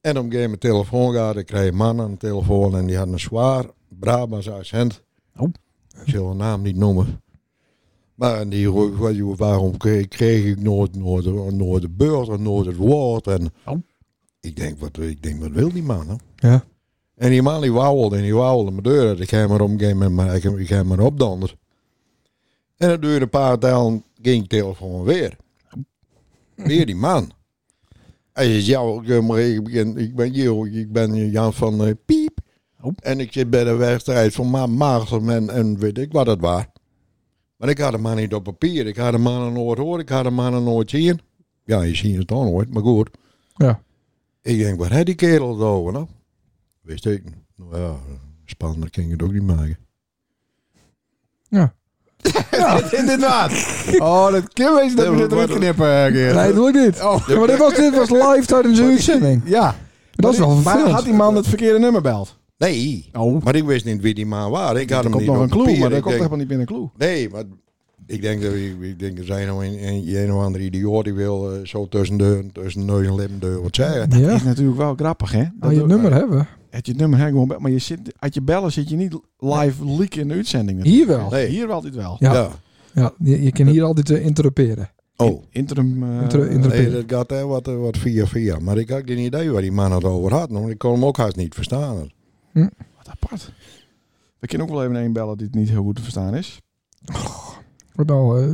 Speaker 4: En om een telefoon gaat, ik kreeg een man aan de telefoon en die had een zwaar Brabants accent.
Speaker 1: Oh.
Speaker 4: Ik zal een naam niet noemen. Maar en die, ro- weet je, waarom kreeg, kreeg ik nooit, nooit, nooit de beurt en nooit het woord? En
Speaker 1: Oh.
Speaker 4: nou? ik, denk, wat, ik denk, wat wil die man? hè? En die man die wauwelde en die wauwelde mijn deur. Ik heb maar omgeven, maar ik heb, ik heb maar opdonder. En het duurde een paar dagen, ging ik telefoon weer. Weer die man. Hij zegt, ja, ik ben- ik ben, ik ben, Jo, ik ben Jan van eh, Piep. En ik zit bij de wedstrijd van Ma Maagdem en, en weet ik wat het was. Maar ik had hem maar niet op papier. Ik had hem maar nooit hoor. Ik had hem maar nooit zien. Ja, je ziet het dan nooit, maar goed.
Speaker 1: Ja.
Speaker 4: Ik denk, wat had die kerel daar nou? Wist ik. niet. Nou ja, spannender kan je het ook niet maken.
Speaker 2: Dit is waar. Oh, dat kan wezen dat we dit eruit knippen, eh, Geert.
Speaker 1: Nee, dat doe ik niet.
Speaker 2: Oh.
Speaker 1: Ja, maar dit was, dit was live tijdens een uitzending.
Speaker 2: Ja.
Speaker 1: Dat is wel
Speaker 2: Maar
Speaker 1: vervelend.
Speaker 2: had die man het verkeerde nummer beld?
Speaker 4: Nee,
Speaker 2: Oh,
Speaker 4: maar ik wist niet wie die man was. Ik had
Speaker 2: er
Speaker 4: hem
Speaker 2: komt
Speaker 4: niet
Speaker 2: nog
Speaker 4: op
Speaker 2: een clue,
Speaker 4: papier.
Speaker 2: maar dat
Speaker 4: Ik
Speaker 2: komt
Speaker 4: denk,
Speaker 2: helemaal niet binnen clue.
Speaker 4: Nee, maar ik denk dat ik, ik denk er zijn nou een, een, een of andere idioot die wil eh, zo tussen de tussen neus en lippen deur wat zeggen.
Speaker 1: Ja,
Speaker 2: is natuurlijk wel grappig, hè? Dat
Speaker 1: aan je
Speaker 2: doe-
Speaker 1: nummer hebben.
Speaker 2: Het je nummer hè, gewoon, be- maar je zit, uit je bellen zit je niet live leak in de uitzending.
Speaker 1: Hier wel.
Speaker 4: Nee.
Speaker 2: Hier wel, dit wel.
Speaker 1: Ja.
Speaker 4: Ja.
Speaker 1: Ja, je, je kan hier altijd eh, interruperen.
Speaker 4: Oh.
Speaker 2: Interim. eh,
Speaker 1: Inter- inter-
Speaker 4: Nee, dat gaat hè, wat, eh, wat via via. Maar ik had geen idee waar die man het over had. nou, Want ik kon hem ook haast niet verstaan.
Speaker 2: Wat apart. We kunnen ook wel even een bellen die het niet heel goed te verstaan is.
Speaker 1: Wat nou,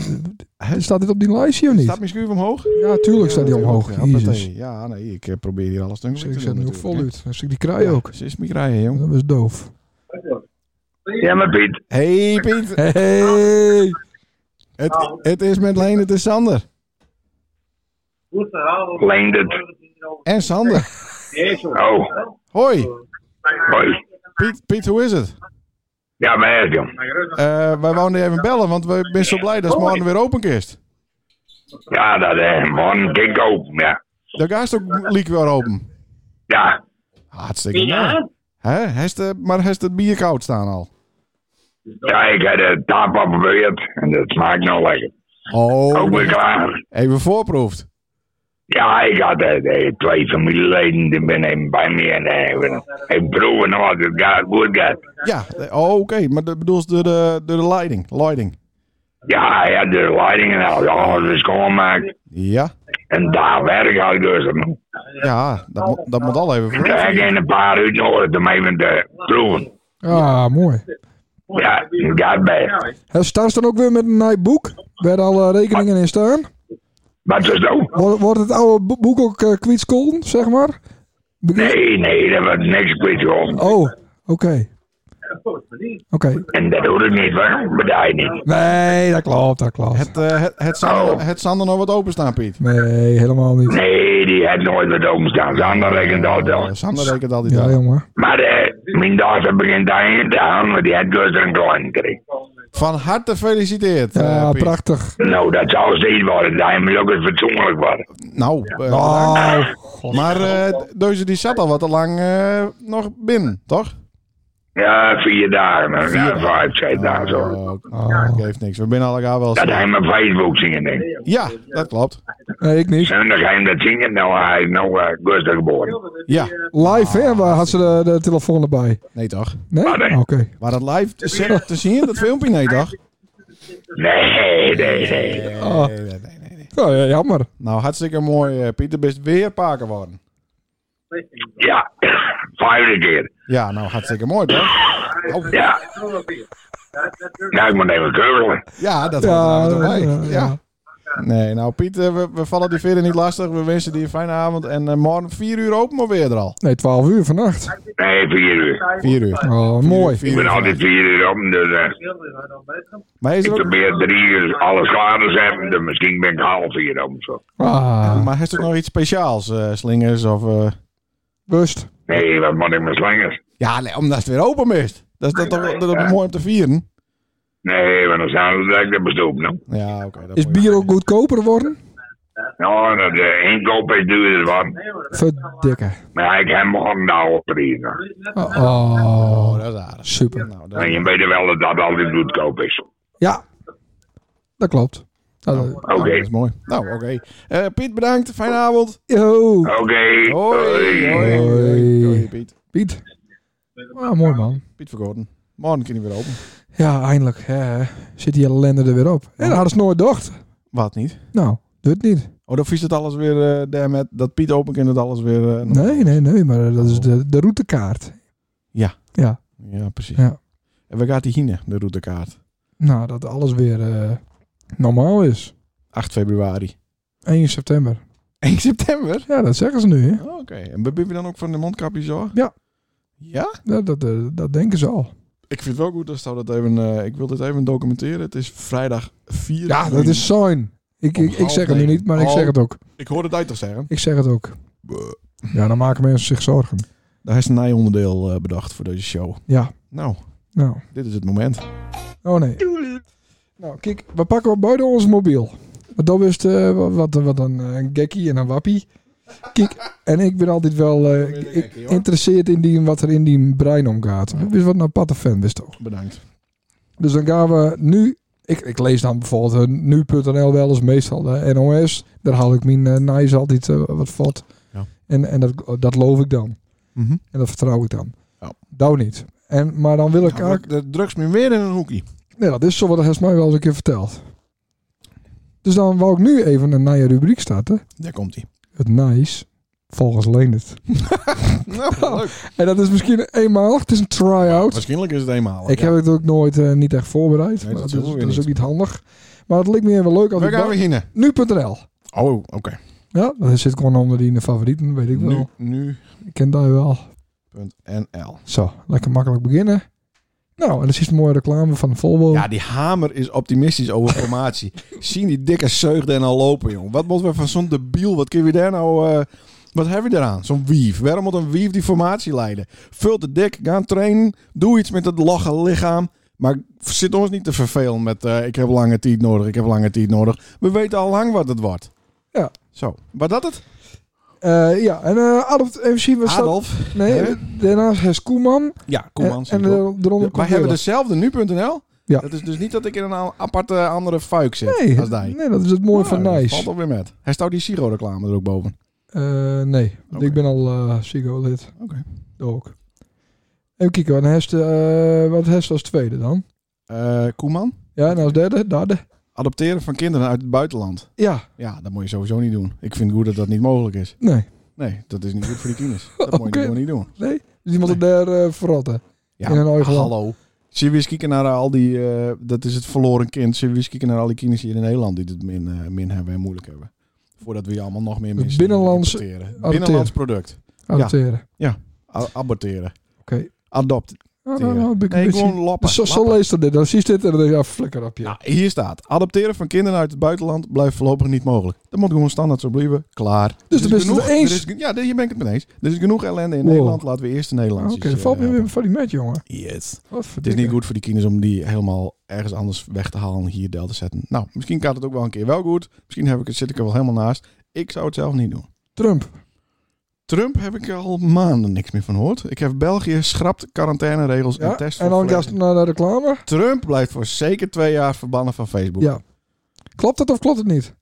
Speaker 1: eh, staat dit op die lijstje of niet?
Speaker 2: Staat mijn schuur omhoog?
Speaker 1: Ja, tuurlijk staat die omhoog.
Speaker 2: Ja,
Speaker 1: Jezus.
Speaker 2: partij. Ja, nee, ik eh, probeer hier alles te doen.
Speaker 1: Ik zet nu ook voluit. Dan stuk die kraai ook.
Speaker 2: Ze is mijn kraaien, jong.
Speaker 1: Dat was doof.
Speaker 6: Ja, maar Piet.
Speaker 2: Hey Piet,
Speaker 1: Hey!
Speaker 2: het, het is met Leen, het is Sander.
Speaker 6: Leendert.
Speaker 2: En Sander.
Speaker 6: Oh,
Speaker 2: Hoi,
Speaker 6: hoi.
Speaker 2: Piet, Piet hoe is het?
Speaker 6: Ja, maar echt, jong.
Speaker 2: Eh, wij wouden even bellen, want we zijn zo blij dat het morgen weer open is.
Speaker 6: Ja, dat eh, morgen kijk ik open, ja.
Speaker 2: De gaat ook liek weer open.
Speaker 6: Ja.
Speaker 2: Hartstikke mooi. Hè, heeft de- maar heeft het bier koud staan al?
Speaker 6: Ja, ik heb de tap op geprobeerd en dat smaakt nou lekker. Ook weer
Speaker 2: Oh,
Speaker 6: klaar.
Speaker 2: even voorproefd.
Speaker 6: Ja, ik had eh, de twee familieleden die ben even bij me en eh, even, even proeven of het gaat, goed gaat.
Speaker 2: Ja, eh, oh, oké, maar dat bedoel je door de, door de leiding? Leiding.
Speaker 6: Ja, ja, de leiding en al, ja, alles is schoongemaakt.
Speaker 2: Ja,
Speaker 6: En daar werk ik dus. om.
Speaker 2: ja dat, mo- dat moet al even
Speaker 6: Ik heb
Speaker 2: vooraf.
Speaker 6: in een paar uur nodig om even te proeven.
Speaker 1: Ah, mooi.
Speaker 6: Ja, dat gaat best.
Speaker 1: Hij start dan ook weer met een nieuw boek. Waar alle rekeningen in staan.
Speaker 6: Wat is dat?
Speaker 1: Wordt, wordt het oude bo- boek ook uh, zeg maar?
Speaker 6: Nee, nee, dat was niks kwijt gewoon.
Speaker 1: Oh, oké. Oké.
Speaker 6: En dat doet het niet, hoor. Bedaai niet.
Speaker 1: Nee, dat klopt, dat klopt.
Speaker 2: Het, eh, het, het, Sander, het Sander nog wat openstaan, Piet.
Speaker 1: Nee, helemaal niet.
Speaker 6: Nee, die heeft nooit wat openstaan. Sander rekent dat
Speaker 2: Eh,
Speaker 6: wel.
Speaker 2: Sander rekent al die
Speaker 1: Ja,
Speaker 2: dagen.
Speaker 1: jongen.
Speaker 6: Maar eh, mijn dochter begint daarin te hangen, want die heeft dus een klein gekregen.
Speaker 2: Van harte gefeliciteerd. eh,
Speaker 1: Ja,
Speaker 2: Piet.
Speaker 1: prachtig.
Speaker 6: Nou, dat zal ze niet worden. Daar moet ook eens fatsoenlijk worden.
Speaker 2: Nou, eh, bedankt. maar eh, deze die zat al wat te lang eh, nog binnen, toch?
Speaker 6: Ja, vier dagen. nou, Ja, vijf, zes dagen zo.
Speaker 2: Oh, dat geeft niks. We binnen allemaal wel.
Speaker 6: Dat hij mijn Facebook zingen denkt.
Speaker 2: Ja, dat klopt.
Speaker 1: Nee, ik niet.
Speaker 6: En dan ga je hem dat zingen. Nou, hij is nou eh gustig geboren.
Speaker 2: Ja,
Speaker 1: Live, hè? Waar had ze de, de telefoon erbij?
Speaker 2: nee toch?
Speaker 1: Nee? Oké.
Speaker 2: Maar dat live te, zien- te zien, dat filmpje, nee toch?
Speaker 6: Nee, nee, nee.
Speaker 1: Ah.
Speaker 2: Nee, nee, nee, nee.
Speaker 1: Nou, ja, jammer.
Speaker 2: Nou, hartstikke mooi, eh Pieter. Best weer paken worden.
Speaker 6: Ja, vijfde keer.
Speaker 2: Ja, nou, hartstikke mooi, toch? Oh,
Speaker 6: Ja. Nou, ik moet even keurelen.
Speaker 2: Ja, dat hoort
Speaker 1: Ja,
Speaker 2: er nou toch bij.
Speaker 1: ja,
Speaker 2: Ja.
Speaker 1: ja.
Speaker 2: Nee, nou Pieter, we, we vallen die verder niet lastig. We wensen die een fijne avond. En eh, morgen 4 uur open maar weer er al.
Speaker 1: Nee, 12 uur vannacht.
Speaker 6: Nee, vier uur.
Speaker 2: 4 uur.
Speaker 1: Oh, mooi.
Speaker 6: Ik
Speaker 2: Vier
Speaker 6: ben
Speaker 2: uur
Speaker 6: altijd vier uur om, dus eh,
Speaker 2: Maar is
Speaker 6: ik
Speaker 2: er ook,
Speaker 6: probeer drie uur alles klaar te zetten. Dus misschien ben ik half vier om zo.
Speaker 1: Ah,
Speaker 2: maar heeft er ook nog iets speciaals, eh, slingers of... eh,
Speaker 1: rust.
Speaker 6: Nee, wat moet ik met slingers?
Speaker 2: Ja, nee, omdat het weer open is. Dat is dat toch dat is toch mooi om te vieren?
Speaker 6: Nee, want dan staan we direct op de stoep. Nou,
Speaker 2: Ja, oké. dat
Speaker 1: Is
Speaker 2: moet je-
Speaker 1: bier ook goedkoper worden?
Speaker 6: nou dat, de inkoop is duurder, want.
Speaker 1: Verdikke.
Speaker 6: Maar ik heb morgen de oude prijs nog.
Speaker 1: Oh, oh,
Speaker 2: Oh, dat is aardig.
Speaker 1: super.
Speaker 2: Nou,
Speaker 6: En
Speaker 2: dat...
Speaker 6: je weet wel dat dat altijd goedkoop is.
Speaker 1: Ja, dat klopt. Nou, dat-
Speaker 6: Oké,
Speaker 2: nou, dat is mooi. Nou, oké. Eh, Piet, bedankt. Fijne avond.
Speaker 1: Yo,
Speaker 2: Hoi.
Speaker 6: oké.
Speaker 2: Hoi.
Speaker 6: hoi.
Speaker 2: Hoi.
Speaker 1: Hoi.
Speaker 2: Hoi, Piet.
Speaker 1: Piet. Ah, mooi man.
Speaker 2: Piet Vergoten. Morgen kan hij weer open.
Speaker 1: Ja, eindelijk hè, zit die ellende er weer op. En dat hadden ze nooit gedacht.
Speaker 2: Wat niet?
Speaker 1: Nou, doet het niet.
Speaker 2: Oh, dan vies het alles weer eh daarmee. Dat Piet open kan het alles weer... eh,
Speaker 1: Nee, nee, nee, maar dat is de, de routekaart. Ja,
Speaker 2: Ja, precies.
Speaker 1: Ja.
Speaker 2: En waar gaat die heen, de routekaart?
Speaker 1: nou dat alles weer eh, normaal is.
Speaker 2: 8 februari.
Speaker 1: 1 september.
Speaker 2: 1 september?
Speaker 1: Ja, dat zeggen ze nu. Hè?
Speaker 2: Oh, Oké. En ben je dan ook van de mondkapjes zo?
Speaker 1: Ja.
Speaker 2: Ja?
Speaker 1: Dat, dat, eh, dat denken ze al.
Speaker 2: Ik vind het wel goed dat ze dat even... eh, ik wil dit even documenteren. Het is vrijdag 4
Speaker 1: Ja, dat
Speaker 2: juni.
Speaker 1: is sign. Ik, ik, ik zeg het nu niet, maar ik zeg het ook.
Speaker 2: Ik hoorde het uit toch zeggen?
Speaker 1: Ik zeg het ook. Ja, dan maken mensen zich zorgen.
Speaker 2: Daar is een nijonderdeel onderdeel bedacht voor deze show.
Speaker 1: Ja,
Speaker 2: Nou,
Speaker 1: nou.
Speaker 2: dit is het moment.
Speaker 1: Oh nee. Nou, kijk, we pakken op buiten ons mobiel. Want dat is eh, wat, wat, wat een eh, gekkie en een wappie. Kijk, en ik ben altijd wel eh, ik- ik interesseerd in die, wat er in die brein omgaat. Wist wat een aparte fan, wist toch?
Speaker 2: Bedankt.
Speaker 1: Dus dan gaan we nu... Ik, ik lees dan bijvoorbeeld eh, nu.nl wel eens meestal eh, de NOS. Daar haal ik mijn eh, nice altijd eh, wat valt.
Speaker 2: Ja.
Speaker 1: En, en dat, dat loof ik dan.
Speaker 2: Mhm.
Speaker 1: En dat vertrouw ik dan.
Speaker 2: Ja.
Speaker 1: Nou niet. En, maar dan wil ik
Speaker 2: Nou,
Speaker 1: eigenlijk...
Speaker 2: de drugs meer weer in een hoekje.
Speaker 1: Nee, dat is zo wat hij mij wel eens een keer verteld. Dus dan wou ik nu even een nieuwe rubriek starten.
Speaker 2: Daar komt hij.
Speaker 1: Het nice volgens Leendert. Oh.
Speaker 2: Nou, leuk.
Speaker 1: En dat is misschien eenmaal. Het is een try-out.
Speaker 2: Waarschijnlijk is het eenmaal.
Speaker 1: ik heb het ook nooit eh, niet echt voorbereid.
Speaker 2: Nee,
Speaker 1: maar dat,
Speaker 2: dat doen
Speaker 1: is,
Speaker 2: we
Speaker 1: dat is
Speaker 2: niet.
Speaker 1: ook niet handig. Maar het leek me even leuk als
Speaker 2: Waar
Speaker 1: ik
Speaker 2: gaan we beginnen?
Speaker 1: Nu.nl.
Speaker 2: Oh, oké.
Speaker 1: Ja, dat zit gewoon onder die in de favorieten, weet ik wel.
Speaker 2: Nu, nu.
Speaker 1: Ik ken dat wel.
Speaker 2: NL.
Speaker 1: Zo, lekker makkelijk beginnen. Nou, en dan is een mooie reclame van Volvo.
Speaker 2: Ja, die hamer is optimistisch over formatie. Zien die dikke zeugden en al lopen, jong. Wat moeten we van zo'n debiel? Wat kun je daar nou... eh, wat heb je eraan? Zo'n wief. Waarom moet een wief die formatie leiden? Vul te dik, gaan trainen. Doe iets met het logge lichaam. Maar zit ons niet te vervelen met... eh, ik heb lange tijd nodig, ik heb lange tijd nodig. We weten al lang wat het wordt.
Speaker 1: Ja.
Speaker 2: Zo. Was dat het?
Speaker 1: Eh, ja, en eh Adolf, even zien wat staat.
Speaker 2: Adolf?
Speaker 1: Nee, eh,
Speaker 2: Hè?
Speaker 1: daarnaast is Koeman.
Speaker 2: Ja, Koeman.
Speaker 1: En, en
Speaker 2: zie ik ook.
Speaker 1: de- eronder
Speaker 2: wij
Speaker 1: komt
Speaker 2: hebben dus-
Speaker 1: Willems.
Speaker 2: dezelfde nu.nl.
Speaker 1: Ja.
Speaker 2: Dat is dus niet dat ik in een a- aparte andere fuik zit als
Speaker 1: Nee,
Speaker 2: die.
Speaker 1: nee, dat is het mooie van
Speaker 2: Nou, dat
Speaker 1: Nice.
Speaker 2: Valt alweer met. Hij stout die Siro-reclame er ook boven.
Speaker 1: Eh, nee, want
Speaker 2: Oké.
Speaker 1: ik ben al eh Sigo-lid.
Speaker 2: Oké.
Speaker 1: Ook. Even kijken, wat heeft, eh wat heeft als tweede dan?
Speaker 2: Eh, Koeman?
Speaker 1: Ja, en als derde? Derde?
Speaker 2: Adopteren van kinderen uit het buitenland.
Speaker 1: Ja,
Speaker 2: Ja, dat moet je sowieso niet doen. Ik vind het goed dat dat niet mogelijk is.
Speaker 1: nee.
Speaker 2: Nee, dat is niet goed voor die kinders. Dat moet
Speaker 1: Oké.
Speaker 2: je gewoon niet doen.
Speaker 1: Dus iemand moet er daar eh verrotten.
Speaker 2: Ja,
Speaker 1: In een eigen land.
Speaker 2: hallo. Zie je eens kijken naar al die... eh, dat is het verloren kind. Zie je eens kijken naar al die kinderen hier in Nederland die het min, eh, min hebben en moeilijk hebben. Voordat we hier allemaal nog meer
Speaker 1: Het
Speaker 2: mensen
Speaker 1: binnenlands-
Speaker 2: importeren.
Speaker 1: adopteren.
Speaker 2: Binnenlands product.
Speaker 1: Adopteren.
Speaker 2: A- aborteren.
Speaker 1: Oké.
Speaker 2: Adopteren.
Speaker 1: Nou, nou, nou, ben ik een
Speaker 2: Nee,
Speaker 1: beetje-
Speaker 2: gewoon lappen.
Speaker 1: Zo,
Speaker 2: Lappen.
Speaker 1: zo leest er dit. Dan zie je dit en dan denk je, ja, flikker op je.
Speaker 2: Nou, hier staat: adopteren van kinderen uit het buitenland blijft voorlopig niet mogelijk. Dat moet gewoon standaard zo blijven. Klaar.
Speaker 1: dus
Speaker 2: Er
Speaker 1: dan
Speaker 2: is
Speaker 1: ben je het
Speaker 2: genoeg-
Speaker 1: er eens.
Speaker 2: er is ge- ja, hier ben ik het mee eens. Er is genoeg ellende in
Speaker 1: Wow.
Speaker 2: Nederland. Laten we eerst de Nederlanders.
Speaker 1: Oké, dan valt me
Speaker 2: eh,
Speaker 1: weer van die met, jongen.
Speaker 2: Yes.
Speaker 1: Wat
Speaker 2: Het is niet goed voor die kinders om die helemaal ergens anders weg te halen en hier deel te zetten. Nou, misschien gaat het ook wel een keer wel goed. Misschien heb ik het, zit ik er wel helemaal naast. Ik zou het zelf niet doen.
Speaker 1: Trump.
Speaker 2: Trump heb ik al maanden niks meer van gehoord. Ik heb België schrapt quarantaineregels en
Speaker 1: Ja,
Speaker 2: test
Speaker 1: en dan
Speaker 2: voor
Speaker 1: gast naar de reclame.
Speaker 2: Trump blijft voor zeker twee jaar verbannen van Facebook.
Speaker 1: Ja. Klopt het of klopt het niet?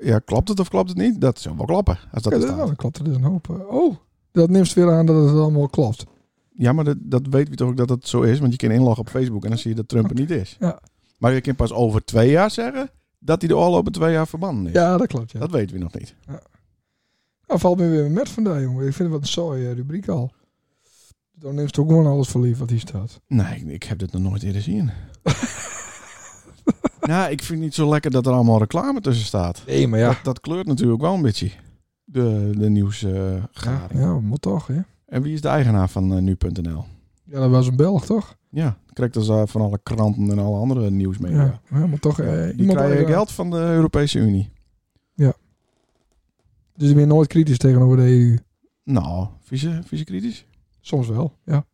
Speaker 2: Ja, klopt het of klopt het niet? Dat zou wel klappen. Als dat
Speaker 1: Ja,
Speaker 2: er
Speaker 1: dat, nou,
Speaker 2: staat.
Speaker 1: dan klopt er dus een hoop. eh, Oh, dat neemt weer aan dat het allemaal klopt.
Speaker 2: Ja, maar dat, dat weten we toch ook dat dat zo is. Want je kan inloggen op Facebook en dan zie je dat Trump er niet is.
Speaker 1: Ja.
Speaker 2: Maar je kan pas over twee jaar zeggen dat hij de afgelopen twee jaar verbannen is.
Speaker 1: Ja, dat klopt. Ja.
Speaker 2: Dat weten we nog niet.
Speaker 1: Nou, valt me weer met vandaag, jongen. Ik vind het wat een saaie eh, rubriek al. Dan neemt ze ook gewoon alles voor lief wat hier staat.
Speaker 2: Nee, ik heb dit nog nooit eerder zien. nou, ik vind het niet zo lekker dat er allemaal reclame tussen staat.
Speaker 1: Nee, maar ja.
Speaker 2: Dat, dat kleurt natuurlijk wel een beetje. De, de nieuwsgaring.
Speaker 1: Ja, moet toch, hè?
Speaker 2: En wie is de eigenaar van eh, nu.nl?
Speaker 1: Ja, dat was een Belg, toch?
Speaker 2: Ja, krijgt dus eh, van alle kranten en alle andere nieuwsmedia.
Speaker 1: Ja, ja moet toch. eh,
Speaker 2: Die
Speaker 1: iemand
Speaker 2: krijgen
Speaker 1: uit-
Speaker 2: geld van de Europese Unie.
Speaker 1: Dus ik ben nooit kritisch tegenover de EU.
Speaker 2: Nou, vieze, vieze kritisch.
Speaker 1: Soms wel, ja.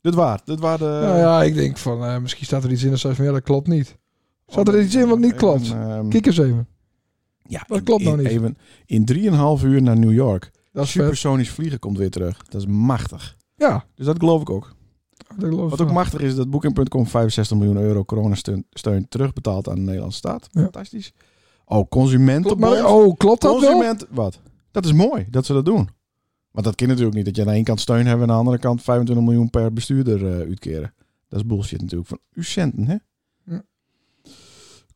Speaker 2: Dit waar, dit waar de...
Speaker 1: nou ja, ik denk van, eh, misschien staat er iets in en zei van, ja, dat klopt niet. Staat
Speaker 2: Oh,
Speaker 1: er iets in wat niet
Speaker 2: Even,
Speaker 1: klopt?
Speaker 2: ehm,
Speaker 1: Kijk eens even.
Speaker 2: ja,
Speaker 1: wat
Speaker 2: in-
Speaker 1: klopt nou
Speaker 2: in-
Speaker 1: niet?
Speaker 2: Even, in drieënhalf uur naar New York.
Speaker 1: Dat is vet.
Speaker 2: Supersonisch vliegen komt weer terug. Dat is machtig.
Speaker 1: Ja,
Speaker 2: Dus dat geloof ik ook.
Speaker 1: dat geloof ik
Speaker 2: Wat ook
Speaker 1: wel.
Speaker 2: machtig is dat Booking.com 65 miljoen euro coronasteun steun terugbetaalt aan de Nederlandse staat.
Speaker 1: Ja.
Speaker 2: Fantastisch. Oh, consumenten.
Speaker 1: Klopt maar, oh, klopt dat wel?
Speaker 2: Consument, wat? Dat is mooi dat ze dat doen. Want dat kan natuurlijk niet. Dat je aan de ene kant steun hebt en aan de andere kant 25 miljoen per bestuurder eh, uitkeren. Dat is bullshit natuurlijk. Van uw centen, hè?
Speaker 1: Ja.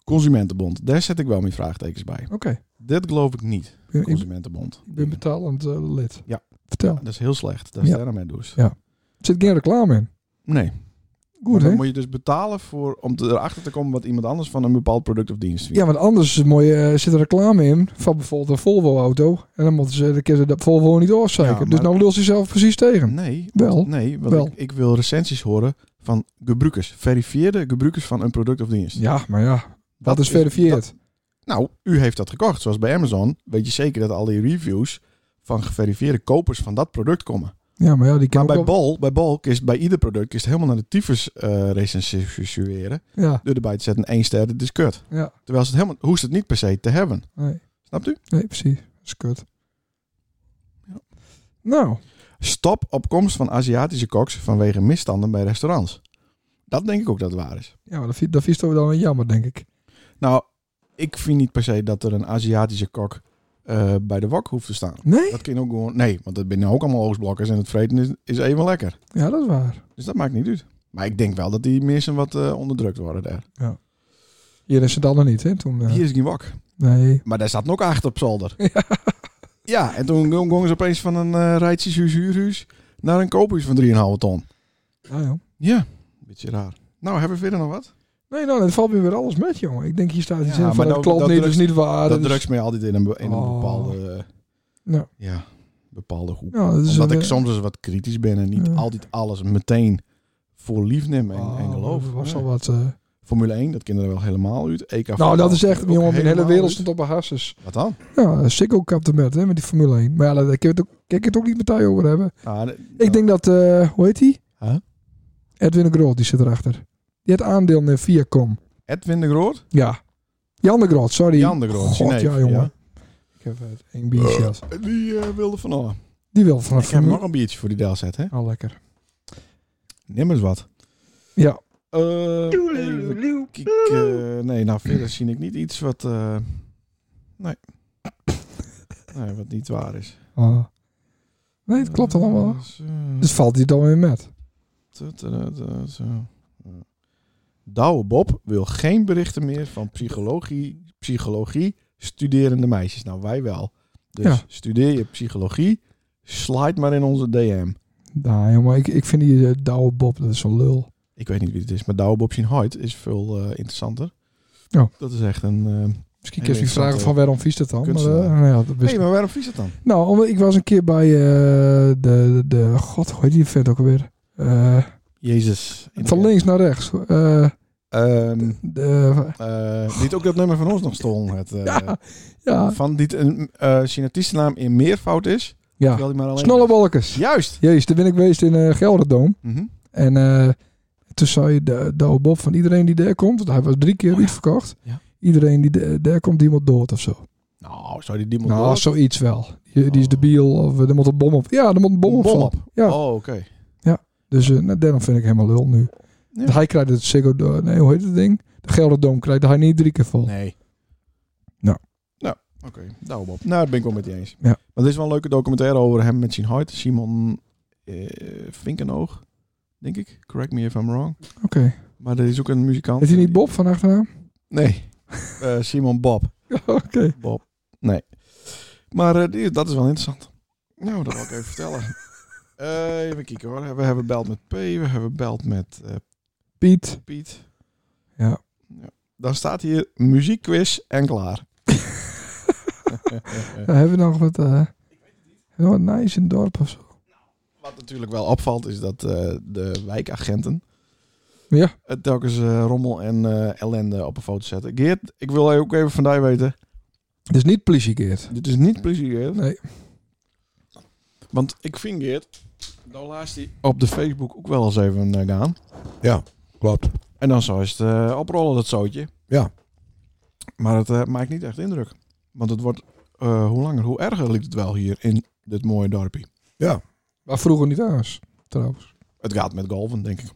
Speaker 2: Consumentenbond. Daar zet ik wel mijn vraagtekens bij.
Speaker 1: Oké,
Speaker 2: Dit geloof ik niet.
Speaker 1: ik, ben- ik
Speaker 2: Consumentenbond.
Speaker 1: ben betalend eh, lid.
Speaker 2: Ja.
Speaker 1: Vertel.
Speaker 2: Dat is heel slecht. Dat is
Speaker 1: Ja.
Speaker 2: daarmee dus.
Speaker 1: Ja. Er zit geen reclame in.
Speaker 2: Nee.
Speaker 1: Goed,
Speaker 2: dan
Speaker 1: hè?
Speaker 2: moet je dus betalen voor, om te- erachter te komen wat iemand anders van een bepaald product of dienst vindt.
Speaker 1: Ja, want anders moet je, eh, zit er reclame in van bijvoorbeeld een Volvo-auto. En dan moeten ze de keer dat Volvo niet
Speaker 2: Ja,
Speaker 1: doorzeker.
Speaker 2: maar-
Speaker 1: Dus nou lul ze zelf precies tegen.
Speaker 2: Nee,
Speaker 1: Wel.
Speaker 2: want- nee want
Speaker 1: Wel.
Speaker 2: Ik, ik wil recensies horen van gebruikers. Verifieerde gebruikers van een product of dienst.
Speaker 1: Ja, maar ja. Dat is
Speaker 2: dat-
Speaker 1: verifieerd.
Speaker 2: nou, u heeft dat gekocht. Zoals bij Amazon weet je zeker dat al die reviews van geverifieerde kopers van dat product komen.
Speaker 1: Ja, maar ja, die
Speaker 2: Maar
Speaker 1: kan
Speaker 2: bij
Speaker 1: ook wel-
Speaker 2: Bol, bij Bol is bij ieder product is het helemaal naar de tyfus eh recensueren.
Speaker 1: Ja,
Speaker 2: Door erbij te zetten één ster, dit is kut.
Speaker 1: ja.
Speaker 2: Terwijl ze het helemaal, hoest het niet per se te hebben.
Speaker 1: Nee,
Speaker 2: Snapt u?
Speaker 1: nee precies. Dat is kut.
Speaker 2: Ja.
Speaker 1: Nou,
Speaker 2: Stop op komst van Aziatische koks vanwege misstanden bij restaurants. Dat denk ik ook dat het waar is.
Speaker 1: ja, maar dat vind, dat vind je toch wel jammer, denk ik.
Speaker 2: Nou, ik vind niet per se dat er een Aziatische kok eh, bij de wak hoeft te staan.
Speaker 1: Nee?
Speaker 2: Dat kan ook gewoon... Nee, want dat binnen ook allemaal oostblokkers en het vreten is, is even lekker.
Speaker 1: Ja, dat is waar.
Speaker 2: Dus dat maakt niet uit. Maar ik denk wel dat die mensen wat eh, onderdrukt worden daar.
Speaker 1: Hier is het dan nog niet, hè? Toen, eh,
Speaker 2: Hier is geen wak.
Speaker 1: Nee.
Speaker 2: Maar daar staat nog acht op zolder. Ja, en toen gingen ze opeens van een eh rijtje zuurhuis naar een koophuis van 3,5 ton.
Speaker 1: Ja, Ah, joh.
Speaker 2: Ja, beetje raar. Nou, hebben we verder nog wat?
Speaker 1: Nee, nou, dat valt me weer alles met, jongen. Ik denk, hier staat iets
Speaker 2: Ja,
Speaker 1: in van,
Speaker 2: maar
Speaker 1: dat,
Speaker 2: dat-
Speaker 1: klopt
Speaker 2: dat
Speaker 1: niet, dat is
Speaker 2: drugs-
Speaker 1: niet waar. dus-
Speaker 2: dat
Speaker 1: is-
Speaker 2: drukt mij altijd in een, be- in een
Speaker 1: Oh.
Speaker 2: bepaalde... eh,
Speaker 1: Ja.
Speaker 2: Ja, bepaalde hoek.
Speaker 1: Ja, dat is
Speaker 2: Omdat
Speaker 1: een- eh,
Speaker 2: ik soms eens wat kritisch ben en niet
Speaker 1: Ja.
Speaker 2: altijd alles meteen voor lief neem en,
Speaker 1: Oh,
Speaker 2: en geloof.
Speaker 1: dat was
Speaker 2: Nee.
Speaker 1: al wat... eh,
Speaker 2: Formule 1, dat kinderen wel helemaal uit. EK
Speaker 1: Nou,
Speaker 2: voetbal
Speaker 1: dat is echt,
Speaker 2: ook
Speaker 1: jongen, de hele
Speaker 2: helemaal
Speaker 1: wereld
Speaker 2: uit.
Speaker 1: stond op haar hasses.
Speaker 2: Wat dan?
Speaker 1: Ja, Sikko kapte met, hè, met die Formule 1. Maar ja, daar kan ik het ook, kan ik het ook niet met jou over hebben.
Speaker 2: Ah,
Speaker 1: Ik denk dat, eh, hoe heet die?
Speaker 2: Huh?
Speaker 1: Edwin de Groot, die zit erachter. Die had aandeel in Viacom.
Speaker 2: Edwin de Groot?
Speaker 1: Ja. Jan de Groot, sorry.
Speaker 2: Jan de Groot,
Speaker 1: God,
Speaker 2: Chinees,
Speaker 1: ja, jongen.
Speaker 2: ja.
Speaker 1: Ik heb eh, één biertje gehad.
Speaker 2: Die eh, wilde van oh.
Speaker 1: Die wil van
Speaker 2: Ik heb nog
Speaker 1: Formule
Speaker 2: een biertje voor die delzet, hè?
Speaker 1: Al lekker.
Speaker 2: Neem eens wat.
Speaker 1: Ja.
Speaker 2: Eh, even kijken. Eh, nee, nou verder zie ik niet iets wat... eh, nee. nee, wat niet waar is.
Speaker 1: Ah. Nee, het klopt allemaal.
Speaker 2: Eh, zo.
Speaker 1: Dus valt die dan weer met.
Speaker 2: Tududu, zo. Ja. Douwe Bob wil geen berichten meer van psychologie, psychologie studerende meisjes. Nou, wij wel. Dus
Speaker 1: Ja.
Speaker 2: studeer je psychologie, slide maar in onze DM.
Speaker 1: Nou, jongen, ik, ik vind die eh, Douwe Bob, dat is zo'n lul.
Speaker 2: Ik weet niet wie het is, maar Douwe Bob zijn huid is veel eh, interessanter.
Speaker 1: Ja.
Speaker 2: Dat is echt een... eh
Speaker 1: Misschien
Speaker 2: Hele
Speaker 1: kun je je vragen
Speaker 2: interessante
Speaker 1: van waarom vies dat dan? Maar, eh,
Speaker 2: kunstenaar.
Speaker 1: nou ja, dat wist
Speaker 2: hey, maar waarom vies het dan?
Speaker 1: Nou, omdat ik was een keer bij eh, de, de, de- God, hoe heet die vent ook alweer? Eh,
Speaker 2: Jezus.
Speaker 1: van links naar rechts. Eh,
Speaker 2: Ehm,
Speaker 1: de,
Speaker 2: eh, die het ook dat nummer van ons nog stonden. Het, eh,
Speaker 1: ja, ja,
Speaker 2: Van die het een eh Sinatistennaam in meervoud is.
Speaker 1: ja.
Speaker 2: terwijl die maar alleen...
Speaker 1: Snolle bolletjes.
Speaker 2: Juist.
Speaker 1: Jezus, daar ben ik geweest in eh Gelderdoom.
Speaker 2: Mhm.
Speaker 1: En eh, toen zei de, de Bob van iedereen die daar komt, want hij was drie keer
Speaker 2: Oh,
Speaker 1: niet
Speaker 2: ja.
Speaker 1: verkocht.
Speaker 2: Ja.
Speaker 1: Iedereen die daar- daar komt, die moet dood of zo.
Speaker 2: Nou, zou die die moeten
Speaker 1: nou,
Speaker 2: door?
Speaker 1: zoiets wel. Die, die is
Speaker 2: Oh.
Speaker 1: debiel of eh, er moet een bom op. Ja, er moet een bom,
Speaker 2: Een
Speaker 1: op.
Speaker 2: bom
Speaker 1: vallen.
Speaker 2: op.
Speaker 1: Ja.
Speaker 2: Oh, oké.
Speaker 1: Dus eh nou, daarom vind ik helemaal lul nu.
Speaker 2: Ja.
Speaker 1: Hij krijgt het Ziggo, Do- nee, hoe heet het ding? De Gelderdoom krijgt hij niet drie keer vol.
Speaker 2: Nee.
Speaker 1: Nou.
Speaker 2: Nou, oké. Nou, Bob. Nou, dat ben ik wel met je eens.
Speaker 1: Ja.
Speaker 2: Maar er is wel een leuke documentaire over hem met zijn huid. Simon eh, Vinkenoog, denk ik. Correct me if I'm wrong.
Speaker 1: Oké.
Speaker 2: Maar er is ook een muzikant.
Speaker 1: Heet hij niet Bob van achternaam?
Speaker 2: Nee. Eh, Simon Bob.
Speaker 1: Oké.
Speaker 2: Bob. Nee. Maar eh, die, dat is wel interessant. Nou, dat wil ik even vertellen. Eh, even kijken hoor. We hebben beld met P. We hebben beld met eh,
Speaker 1: Piet.
Speaker 2: Piet.
Speaker 1: Ja.
Speaker 2: Ja. Dan staat hier muziekquiz en klaar.
Speaker 1: Ja, hebben we nog wat... eh nog wat nice in het dorp of zo?
Speaker 2: Wat natuurlijk wel opvalt is dat eh, de wijkagenten
Speaker 1: Ja.
Speaker 2: het telkens eh, rommel en eh, ellende op een foto zetten. Geert, ik wil ook even van jou weten.
Speaker 1: Het is niet politiekeerd.
Speaker 2: Dit is niet plezier, Geert.
Speaker 1: Nee.
Speaker 2: Want ik vind Geert, nou laatst die op de Facebook ook wel eens even eh, gaan.
Speaker 4: Ja, klopt.
Speaker 2: En dan zou je het eh, oprollen, dat zootje.
Speaker 4: Ja.
Speaker 2: Maar het eh, maakt niet echt indruk. Want het wordt, eh, hoe langer, hoe erger liep het wel hier in dit mooie dorpje.
Speaker 4: Ja,
Speaker 1: Maar vroeger niet anders, trouwens.
Speaker 2: Het gaat met golven, denk ik.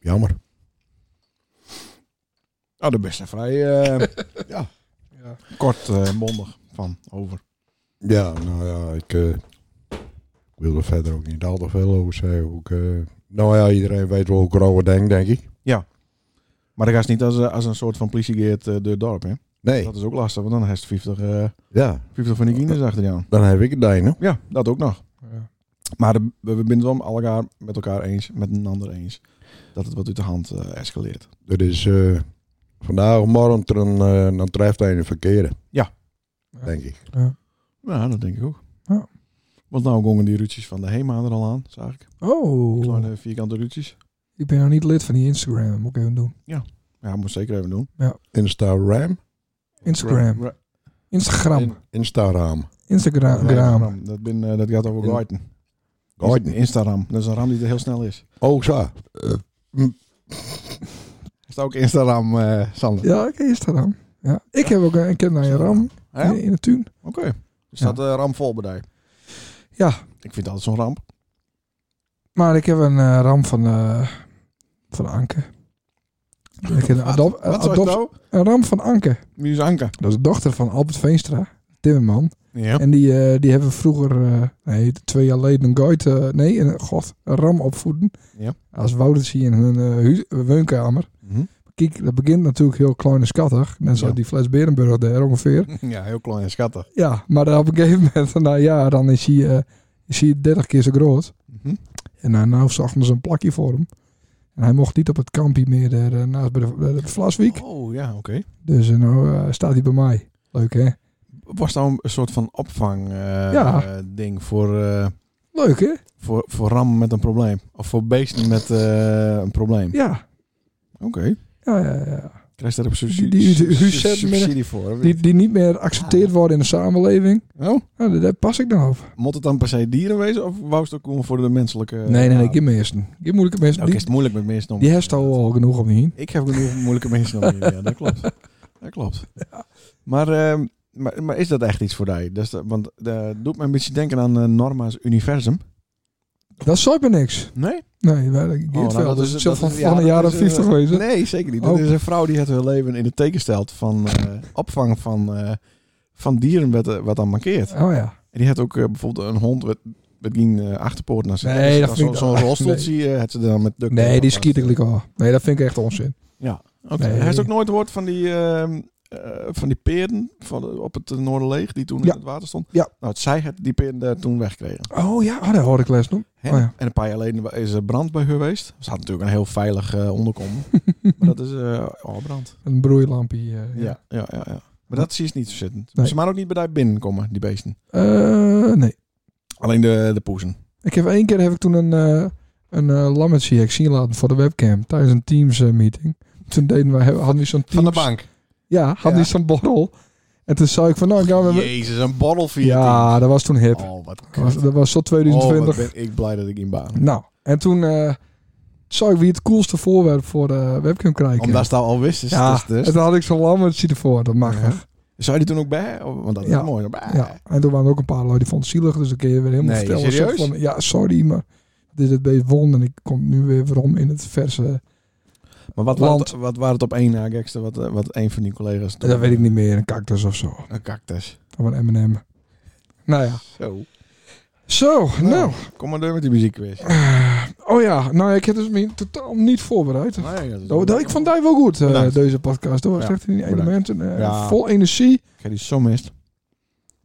Speaker 4: jammer.
Speaker 2: Nou, daar ben je vrij eh,
Speaker 1: Ja.
Speaker 2: kort eh, mondig van over.
Speaker 4: Ja, nou ja, ik eh, ik wil er verder ook niet al te veel over zeggen. Ook, eh, nou ja, iedereen weet wel hoe ik erover denk, denk ik.
Speaker 2: Maar dat gaat niet als, eh, als een soort van politiegeert eh door het dorp, hè?
Speaker 4: Nee,
Speaker 2: Dat is ook lastig, want dan heeft 50, eh
Speaker 4: ja,
Speaker 2: 50 van die kinderen achter jou.
Speaker 4: dan heb ik het daar, hè?
Speaker 2: Ja, dat ook nog.
Speaker 1: Ja.
Speaker 2: Maar de- we we zijn het wel allemaal met elkaar eens, met een ander eens, dat het wat uit de hand eh, escaleert.
Speaker 4: Dat is eh, vandaag of morgen, dan, eh, dan treft hij een verkeerde.
Speaker 2: Ja.
Speaker 4: Denk ik.
Speaker 2: Ja, dat denk ik ook.
Speaker 1: Ja.
Speaker 2: Want nou gongen die ruutjes van de HEMA er al aan, zag ik. Die
Speaker 1: Oh,
Speaker 2: Kleine vierkante ruutjes.
Speaker 1: ik ben nog niet lid van die Instagram. Moet ik even doen.
Speaker 2: Ja, moet zeker even doen.
Speaker 4: Instagram.
Speaker 1: Instagram.
Speaker 2: Ra-
Speaker 1: Instagram.
Speaker 4: In- Instagram.
Speaker 2: ra-
Speaker 1: Instagram. Gram.
Speaker 2: Ram. Dat, ben, eh, dat gaat over
Speaker 4: In-
Speaker 2: Goiten.
Speaker 4: Goiten.
Speaker 2: Instagram. Dat is een ram die er heel snel is.
Speaker 4: Oh, zo.
Speaker 1: Eh, mm.
Speaker 2: Is dat ook Instagram, eh Sander?
Speaker 1: Ja, ik Instagram. Ja. Ik heb ook een, ik heb naar je ram
Speaker 2: Hè?
Speaker 1: in, in de tuin.
Speaker 2: Oké. Er staat eh, ram vol bij die.
Speaker 1: Ja.
Speaker 2: Ik vind altijd zo'n ramp.
Speaker 1: Maar ik heb een eh, ram van, eh, van Anke. Ik heb een, adop,
Speaker 2: Wat
Speaker 1: adop-
Speaker 2: was nou?
Speaker 1: een ram van Anke.
Speaker 2: Wie is Anke?
Speaker 1: Dat is de dochter van Albert Veenstra, timmerman.
Speaker 2: Ja.
Speaker 1: En die, eh, die hebben vroeger, eh, nee, twee jaar geleden een guide, eh, nee, een, god, een ram opvoeden.
Speaker 2: Ja.
Speaker 1: Als Wouter zie in hun eh, hu- woonkamer.
Speaker 2: Mhm.
Speaker 1: Kijk, dat begint natuurlijk heel klein en schattig. Net zoals
Speaker 2: Ja.
Speaker 1: die fles Berenburg daar ongeveer.
Speaker 2: ja, heel klein en schattig.
Speaker 1: Ja, maar dan op een gegeven moment, nou ja, dan is hij, eh, is hij 30 keer zo groot.
Speaker 2: Mhm.
Speaker 1: En nou, nou zag ze een plakje voor hem. En hij mocht niet op het kampie meer daar, eh, naast bij de, bij de Vlaswiek.
Speaker 2: Oh ja, oké.
Speaker 1: Dus eh, nou eh, staat hij bij mij. Leuk hè?
Speaker 2: Was nou een soort van opvang eh,
Speaker 1: Ja.
Speaker 2: eh, ding voor, eh,
Speaker 1: Leuk hè?
Speaker 2: voor, voor ram met een probleem? Of voor beesten met eh, een probleem?
Speaker 1: Ja.
Speaker 2: Oké.
Speaker 1: Ja, ja, ja.
Speaker 2: Krijg je daar op subsidie,
Speaker 1: Die- die- die- die-
Speaker 2: subsidie voor? of
Speaker 1: Die,
Speaker 2: niet?
Speaker 1: die niet meer geaccepteerd worden in de samenleving.
Speaker 2: Oh,
Speaker 1: Nou, daar- daar pas ik dan op.
Speaker 2: moet het dan per se dieren wezen? Of wou het ook komen voor de menselijke... eh,
Speaker 1: nee, nee, nee. Ik heb meesten. Ik moeilijke mensen.
Speaker 2: Nou, ik
Speaker 1: die
Speaker 2: is het moeilijk met mensen om...
Speaker 1: die heeft al wel genoeg om je heen.
Speaker 2: Ik heb genoeg moeilijke mensen om hier. Ja, dat klopt. Dat klopt. Maar, ehm, maar, maar is dat echt iets voor jou? Dus, dat- want dat doet me een beetje denken aan eh, Norma's Universum.
Speaker 1: Dat is me niks.
Speaker 2: Nee?
Speaker 1: Nee, wel, ik
Speaker 2: Oh,
Speaker 1: weet
Speaker 2: nou,
Speaker 1: wel.
Speaker 2: dat
Speaker 1: Dat
Speaker 2: is-
Speaker 1: is dus zo
Speaker 2: dat
Speaker 1: van,
Speaker 2: is- ja,
Speaker 1: van de
Speaker 2: dat
Speaker 1: jaren
Speaker 2: is, eh,
Speaker 1: 50 geweest. hè?
Speaker 2: Nee, zeker niet. Dit
Speaker 1: Oh.
Speaker 2: is een vrouw die het haar leven in het teken stelt van eh, opvang van, eh, van dieren wat, eh, wat dan markeert.
Speaker 1: Oh ja.
Speaker 2: En die had ook eh, bijvoorbeeld een hond met, met geen eh, achterpoort naar zijn.
Speaker 1: Nee,
Speaker 2: Dus
Speaker 1: dat
Speaker 2: dan
Speaker 1: vind
Speaker 2: zo-
Speaker 1: ik-
Speaker 2: Zo'n
Speaker 1: nee.
Speaker 2: rolstoeltje eh, had ze dan met duct tape
Speaker 1: Nee, die
Speaker 2: aan
Speaker 1: schiet ik
Speaker 2: vast.
Speaker 1: niet al. Nee, dat vind ik echt onzin.
Speaker 2: Ja, oké.
Speaker 1: Nee.
Speaker 2: Hij heeft ook nooit gehoord van die, ehm, eh, van die peren van, eh, op het Noorderleeg die toen
Speaker 1: Ja.
Speaker 2: in het water stond.
Speaker 1: Ja.
Speaker 2: Nou, het zij het die peren daar toen wegkregen.
Speaker 1: Oh ja, oh, dat hoorde ik les nog.
Speaker 2: Hè?
Speaker 1: Oh ja.
Speaker 2: En een paar jaar geleden is er brand bij geweest. Ze hadden natuurlijk een heel veilig eh, onderkomen. maar dat is eh oh, brand.
Speaker 1: Een broeilampje. eh, ja.
Speaker 2: Ja, ja, ja. ja. Maar dat zie je niet zo zitten.
Speaker 1: Nee.
Speaker 2: Ze maar ook niet bij daar binnenkomen, die beesten.
Speaker 1: Eh, nee.
Speaker 2: Alleen de, de poezen.
Speaker 1: Ik heb één keer heb ik toen een, eh een eh, lammetje heb ik zien laten voor de webcam tijdens een Teams eh, meeting. Toen deden wij, hadden we zo'n Teams.
Speaker 2: bank.
Speaker 1: Ja, hadden we
Speaker 2: Ja.
Speaker 1: zo'n borrel. En toen zei ik van nou gaan we.
Speaker 2: Jezus, een borrel via
Speaker 1: Ja, dat was toen hip.
Speaker 2: Oh, wat
Speaker 1: Dat was- dat was zo
Speaker 2: Oh,
Speaker 1: 2020.
Speaker 2: wat ben ik blij dat ik in baan.
Speaker 1: nou, en toen eh zag ik wie het coolste voorwerp voor de webcam krijgen.
Speaker 2: Omdat ze dat al wisten.
Speaker 1: eh, ja,
Speaker 2: dus, dus.
Speaker 1: en toen had ik zo'n lammetje ervoor, dat mag.
Speaker 2: Ja.
Speaker 1: echt.
Speaker 2: Zou je die toen ook bij? Oh, Want dat is
Speaker 1: Ja.
Speaker 2: mooi. Bij.
Speaker 1: Ja, en toen waren er ook een paar lui die vonden het zielig, dus dan kun je weer helemaal
Speaker 2: Nee,
Speaker 1: vertellen. zo
Speaker 2: serieus?
Speaker 1: Van, ja, sorry, maar dit is het beest won en ik kom nu weer waarom in het verse
Speaker 2: Maar wat, waren
Speaker 1: Want-
Speaker 2: het, wat waren het op één na gekste? Wat, eh, wat een van die collega's
Speaker 1: Dat weet ik niet meer, een cactus of zo.
Speaker 2: Een cactus.
Speaker 1: Of een M&M. Nou ja.
Speaker 2: Zo.
Speaker 1: Zo, nou.
Speaker 2: Kom maar door met die muziekquiz.
Speaker 1: Oh ja, nou ik heb dus me totaal niet voorbereid.
Speaker 2: Nee, dat is-
Speaker 1: Oh, dat- ik vond die wel goed, eh,
Speaker 2: Bedankt.
Speaker 1: deze podcast. Hoor.
Speaker 2: Ja,
Speaker 1: Zegt in die
Speaker 2: bedankt.
Speaker 1: elementen. eh,
Speaker 2: Ja.
Speaker 1: Vol energie.
Speaker 2: Ik ga die zo mist.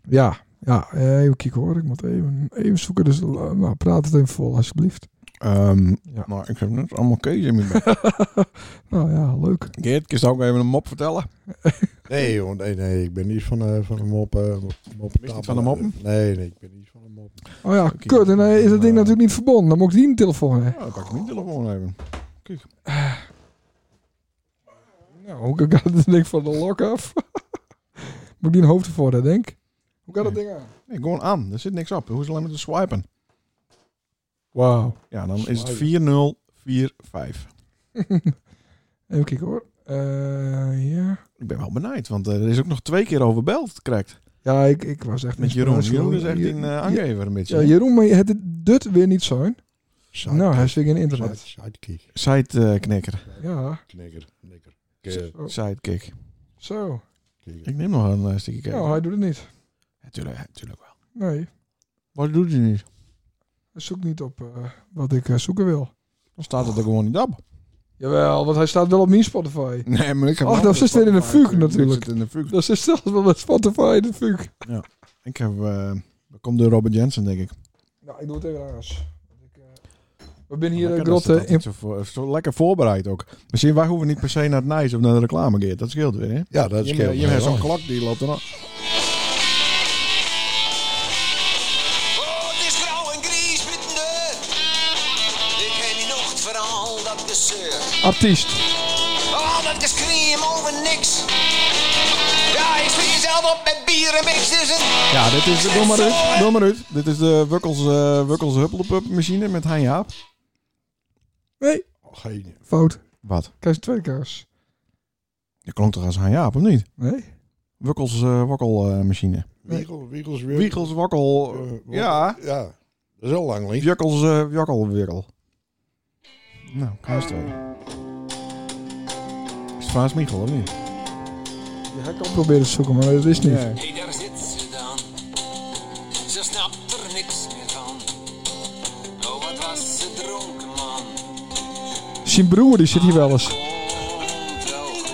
Speaker 1: Ja, ja. eh, Even kijken hoor. Ik moet even, even zoeken. Dus eh, nou, praat het even vol alsjeblieft.
Speaker 2: Ehm,
Speaker 1: Ja.
Speaker 2: Maar ik heb net allemaal keuze in mijn bek.
Speaker 1: Nou ja, leuk.
Speaker 2: Geert, kun je ook even een mop vertellen?
Speaker 4: Nee, joh, nee, nee, ik ben niet van, eh van een mop. eh, mop eh,
Speaker 2: niet van de moppen?
Speaker 4: Nee, nee, ik ben niet van een mop.
Speaker 1: Oh ja,
Speaker 2: Kijk,
Speaker 1: kut. En dan is dat
Speaker 2: eh,
Speaker 1: ding natuurlijk niet verbonden. Dan moet ik die een telefoon hebben.
Speaker 2: Ja, dan pak ik mijn telefoon even.
Speaker 1: Nou, hoe gaat dat ding van de lok af? moet ik die een hoofd ervoor hebben, denk ik? Hoe gaat dat ding aan?
Speaker 2: Nee, gewoon aan. Er zit niks op. Hoe is alleen maar te swipen?
Speaker 1: Wauw.
Speaker 2: Ja, dan is het
Speaker 4: Swipen.
Speaker 2: 4045.
Speaker 1: Even kijken hoor. Eh, ja.
Speaker 2: Ik ben wel benijd, want eh, er is ook nog twee keer over beld correct.
Speaker 1: Ja, ik, ik was echt
Speaker 2: Met Jeroen.
Speaker 1: inspiratie.
Speaker 2: Jeroen is echt
Speaker 1: Je-
Speaker 2: een eh,
Speaker 1: Ja,
Speaker 2: aangever een beetje.
Speaker 1: ja, Jeroen, maar het dut weer niet zijn.
Speaker 4: Sidekick.
Speaker 1: Nou, hij is weer in internet.
Speaker 4: Side- Sidekick.
Speaker 2: Sideknikker.
Speaker 1: Ja,
Speaker 4: Knikker. Knikker. Keer,
Speaker 2: Oh.
Speaker 1: zo.
Speaker 2: Sidekick.
Speaker 1: zo.
Speaker 4: kikker.
Speaker 2: Ik neem nog een eh, stukje cake.
Speaker 1: Nou, hij doet het niet.
Speaker 2: Natuurlijk, natuurlijk wel.
Speaker 1: Nee,
Speaker 2: Wat doet hij niet?
Speaker 1: hij zoekt niet op eh, wat ik eh, zoeken wil.
Speaker 2: Dan staat het er gewoon niet op.
Speaker 1: Jawel, want hij staat wel op mijn Spotify.
Speaker 2: Nee, maar ik heb
Speaker 1: Oh,
Speaker 2: wel
Speaker 1: dat
Speaker 2: een
Speaker 1: zit weer in de
Speaker 2: Spotify.
Speaker 1: fuik natuurlijk.
Speaker 2: Ik zit in de fuik.
Speaker 1: Dat is zelfs wel met Spotify in de fuik.
Speaker 2: Ik heb... eh, dat komt door Robert Jensen, denk ik.
Speaker 1: Nou, ik doe het even anders. Ik, eh, We zijn hier een
Speaker 2: Lekker dat ze
Speaker 1: grote...
Speaker 2: dat zo, voor- zo lekker voorbereid ook. Misschien wij hoeven niet per se naar het Nijs of naar de reclamegeert. Dat scheelt weer, hè?
Speaker 4: Ja, dat is
Speaker 2: Je, je hebt zo'n
Speaker 4: heel
Speaker 2: klok die loopt er nog.
Speaker 5: Oh, het is grauw en grijs bittende. Ik ken die nacht vooral dat gezeur.
Speaker 1: Artiest.
Speaker 5: Oh, dat geschreeuw over niks. Ja, ik speel zelf op met bieren mixen.
Speaker 2: Ja, dit is de Doe maar uit. Doe maar uit. Dit is de Wukkels, eh Wukkels Huppelpup machine met Hein Jaap. Oh,
Speaker 1: Nee,
Speaker 4: Geen.
Speaker 1: fout.
Speaker 2: Wat?
Speaker 1: Krijg je twee kaars.
Speaker 2: Je klonk toch als Hein Jaap, of niet?
Speaker 1: Nee?
Speaker 2: Wukkels eh Wokkel eh, machine.
Speaker 4: Wiegels, Wiegels, Wiegels.
Speaker 2: Wiegels Wokkel.
Speaker 4: Eh, wat-
Speaker 2: ja.
Speaker 4: Ja, dat is heel lang niet.
Speaker 2: Jukkels eh Jokkel Wikkel. Nou, kaas twee. Is het Frans Michel, of niet?
Speaker 1: Ja, ik kan proberen te zoeken, maar dat is niet.
Speaker 5: Hé, daar zit ze dan. Ze snapt er niks meer van. Oh, wat was ze dronken, man.
Speaker 1: Zijn broer die zit hier wel eens.
Speaker 5: Komt wel goed.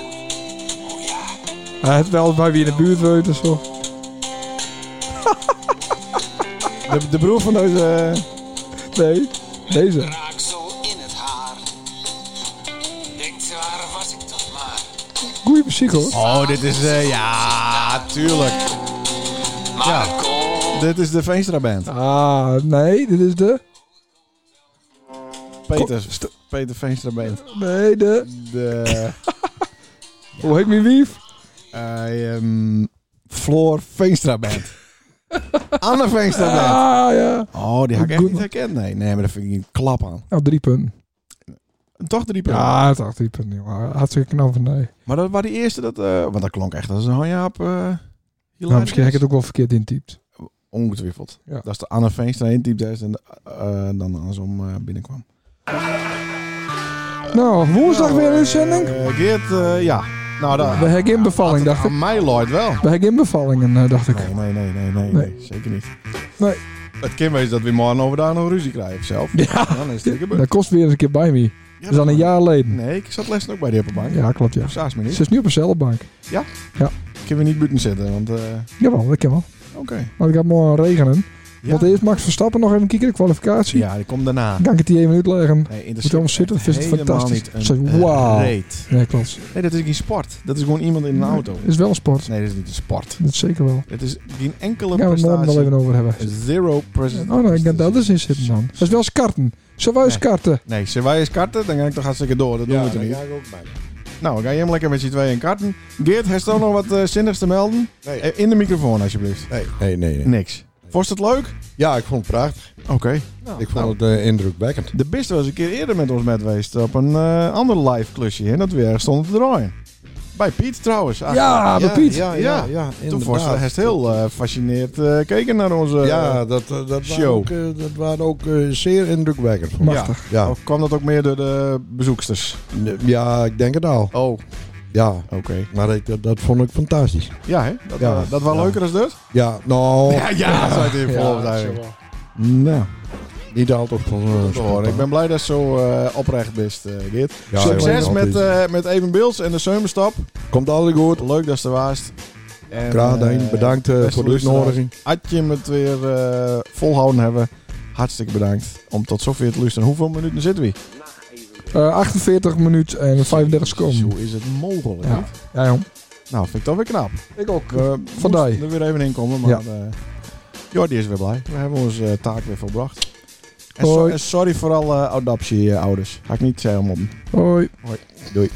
Speaker 5: Oh ja,
Speaker 1: Hij heeft wel bij wie in de buurt woont of zo.
Speaker 2: De, de broer van deze... eh,
Speaker 1: Nee, deze.
Speaker 5: raaksel in het haar. Denkt ze, waar was ik toch maar.
Speaker 1: Goeie muziek hoor.
Speaker 2: Oh, dit is... eh, ja, tuurlijk.
Speaker 5: Maar
Speaker 2: Ja.
Speaker 5: het komt
Speaker 2: Dit is de Veenstra Band.
Speaker 1: Ah, nee, dit is de...
Speaker 2: Peter, Peter Veenstra Band.
Speaker 1: Nee, de...
Speaker 2: De...
Speaker 1: Hoe heet mijn wief?
Speaker 2: eh, ehm, Floor Veenstra Band. Anne Veenstra Band.
Speaker 1: Ah, ja.
Speaker 2: Oh, die had ik echt
Speaker 1: Goed.
Speaker 2: niet herkend. Nee, nee, maar daar vind ik een klap aan.
Speaker 1: Nou, drie punten.
Speaker 2: Toch drie punten.
Speaker 1: Ja, het had drie punten, jongen. Hartstikke knap van nee.
Speaker 2: Maar dat waren die eerste dat... eh, want dat klonk echt als een hanjaap. eh
Speaker 1: Nou, misschien heb ik het ook wel verkeerd intypt.
Speaker 2: Ongetwijfeld.
Speaker 1: Ja.
Speaker 2: Dat is de Anne Veenstra in type is en eh, dan andersom eh, binnenkwam.
Speaker 1: Nou, woensdag weer een uitzending.
Speaker 2: Eh, Geert, eh, ja. Nou, dat,
Speaker 1: We hebben geen bevalling, dacht ik.
Speaker 2: aan mij looit wel.
Speaker 1: We hebben geen bevallingen, eh, dacht ik.
Speaker 2: Nee, nee, nee, nee, nee,
Speaker 1: Nee.
Speaker 2: nee, zeker niet.
Speaker 1: Nee.
Speaker 2: Het kan wezen dat we morgen overdag nog ruzie krijgen zelf.
Speaker 1: Ja.
Speaker 2: Dan is het gebeurd.
Speaker 1: Dat kost weer eens een keer bij me.
Speaker 2: Ja,
Speaker 1: Dat is al een jaar geleden.
Speaker 2: Nee, ik zat les ook bij de Hippenbank.
Speaker 1: Ja, klopt, ja.
Speaker 2: Of Saas me niet.
Speaker 1: Ze is nu op een bank.
Speaker 2: Kunnen we niet buiten zetten, want... eh,
Speaker 1: Jawel, dat kan wel.
Speaker 2: Oké.
Speaker 1: Maar het gaat morgen regenen.
Speaker 2: Ja.
Speaker 1: Want eerst Max Verstappen nog even kijken, de kwalificatie.
Speaker 2: Ja, die komt daarna.
Speaker 1: Dan kan ik het die even uitleggen.
Speaker 2: Nee, in de
Speaker 1: Moet je anders zitten, vind je het fantastisch. Zeg, wauw.
Speaker 2: eh, reet.
Speaker 1: Nee, klopt.
Speaker 2: Nee, dat is geen sport. Dat is gewoon iemand in een auto.
Speaker 1: Het is wel een sport.
Speaker 2: Nee, dat is niet een sport.
Speaker 1: Dat zeker wel.
Speaker 2: Het is geen enkele
Speaker 1: Daar gaan we het morgen wel
Speaker 2: prestatie.
Speaker 1: even over hebben.
Speaker 2: Zero present.
Speaker 1: Oh, nou, ik kan dat eens in zitten dan. Dat is wel eens karten. Zullen wij eens
Speaker 2: Nee.
Speaker 1: karten?
Speaker 2: Nee, zullen wij eens karten? Dan ga ik toch hartstikke door. Dat doen
Speaker 4: Ja,
Speaker 2: we toch
Speaker 4: daar
Speaker 2: niet?
Speaker 4: ga ik ook bij.
Speaker 2: Nou, dan ga je hem lekker met z'n tweeën karten. Geert, heeft er ook nog wat eh, zinnigs te melden?
Speaker 4: Nee.
Speaker 2: Eh, In de microfoon, alsjeblieft.
Speaker 4: Nee, nee, nee. nee.
Speaker 2: Niks. Vond je het leuk?
Speaker 4: Ja, ik vond het prachtig.
Speaker 2: Oké.
Speaker 4: ik
Speaker 2: Nou.
Speaker 4: vond het eh, indrukwekkend.
Speaker 2: De Bist was een keer eerder met ons met geweest op een eh, ander live klusje. En dat we ergens stonden te draaien. Bij Piet trouwens. Ah,
Speaker 1: Ja, bij Piet.
Speaker 4: Ja, ja, ja.
Speaker 2: Toen was hij
Speaker 4: inderdaad.
Speaker 2: heeft heel eh, gefascineerd eh, gekeken naar onze...
Speaker 4: Ja, dat, eh, dat, waren
Speaker 2: show.
Speaker 4: ook, eh, dat waren ook eh, zeer indrukwekkend. vond ik.
Speaker 1: Machtig.
Speaker 4: Ja.
Speaker 2: Of kwam dat ook meer door de bezoeksters?
Speaker 4: ja, ik denk het al.
Speaker 2: Oh, oké.
Speaker 4: Ja, maar ik, dat, dat vond ik fantastisch.
Speaker 2: Ja, hè? Dat,
Speaker 4: Ja.
Speaker 2: eh, dat was
Speaker 4: Ja.
Speaker 2: leuker dan dit?
Speaker 4: Ja, nou,
Speaker 2: ja, zei hij in volle overtuiging. Nou,
Speaker 4: niet altijd van eh, zo'n
Speaker 2: te horen. Ik ben blij dat je zo eh, oprecht bent, eh, Geert.
Speaker 4: Ja,
Speaker 2: Succes
Speaker 4: joh,
Speaker 2: met,
Speaker 4: altijd.
Speaker 2: eh, met Even Beels en de Seumenstap.
Speaker 4: Komt altijd goed.
Speaker 2: Leuk dat je er was. En,
Speaker 4: Graag
Speaker 2: eh,
Speaker 4: heen. Bedankt eh,
Speaker 2: beste
Speaker 4: voor de
Speaker 2: luisteraars,
Speaker 4: uitnodiging.
Speaker 2: Had je hem het weer eh, volhouden hebben, hartstikke bedankt om tot zover te luisteren. Hoeveel minuten zitten we?
Speaker 1: Eh, 48 minuten en 35 seconden.
Speaker 2: Hoe is het mogelijk?
Speaker 1: Ja.
Speaker 2: niet?
Speaker 1: Ja, jong.
Speaker 2: Nou, vind ik dat weer knap.
Speaker 1: Ik ook.
Speaker 2: We
Speaker 1: Vandaar.
Speaker 2: moesten er weer even in komen, maar...
Speaker 1: Ja.
Speaker 2: Ja. Jordi is weer blij. We hebben onze eh, taak weer volbracht. En, so-
Speaker 1: Hoi.
Speaker 2: eh, en sorry voor alle adoptie-ouders. Ga ik niet zeggen om.
Speaker 1: Hoi.
Speaker 2: Doei.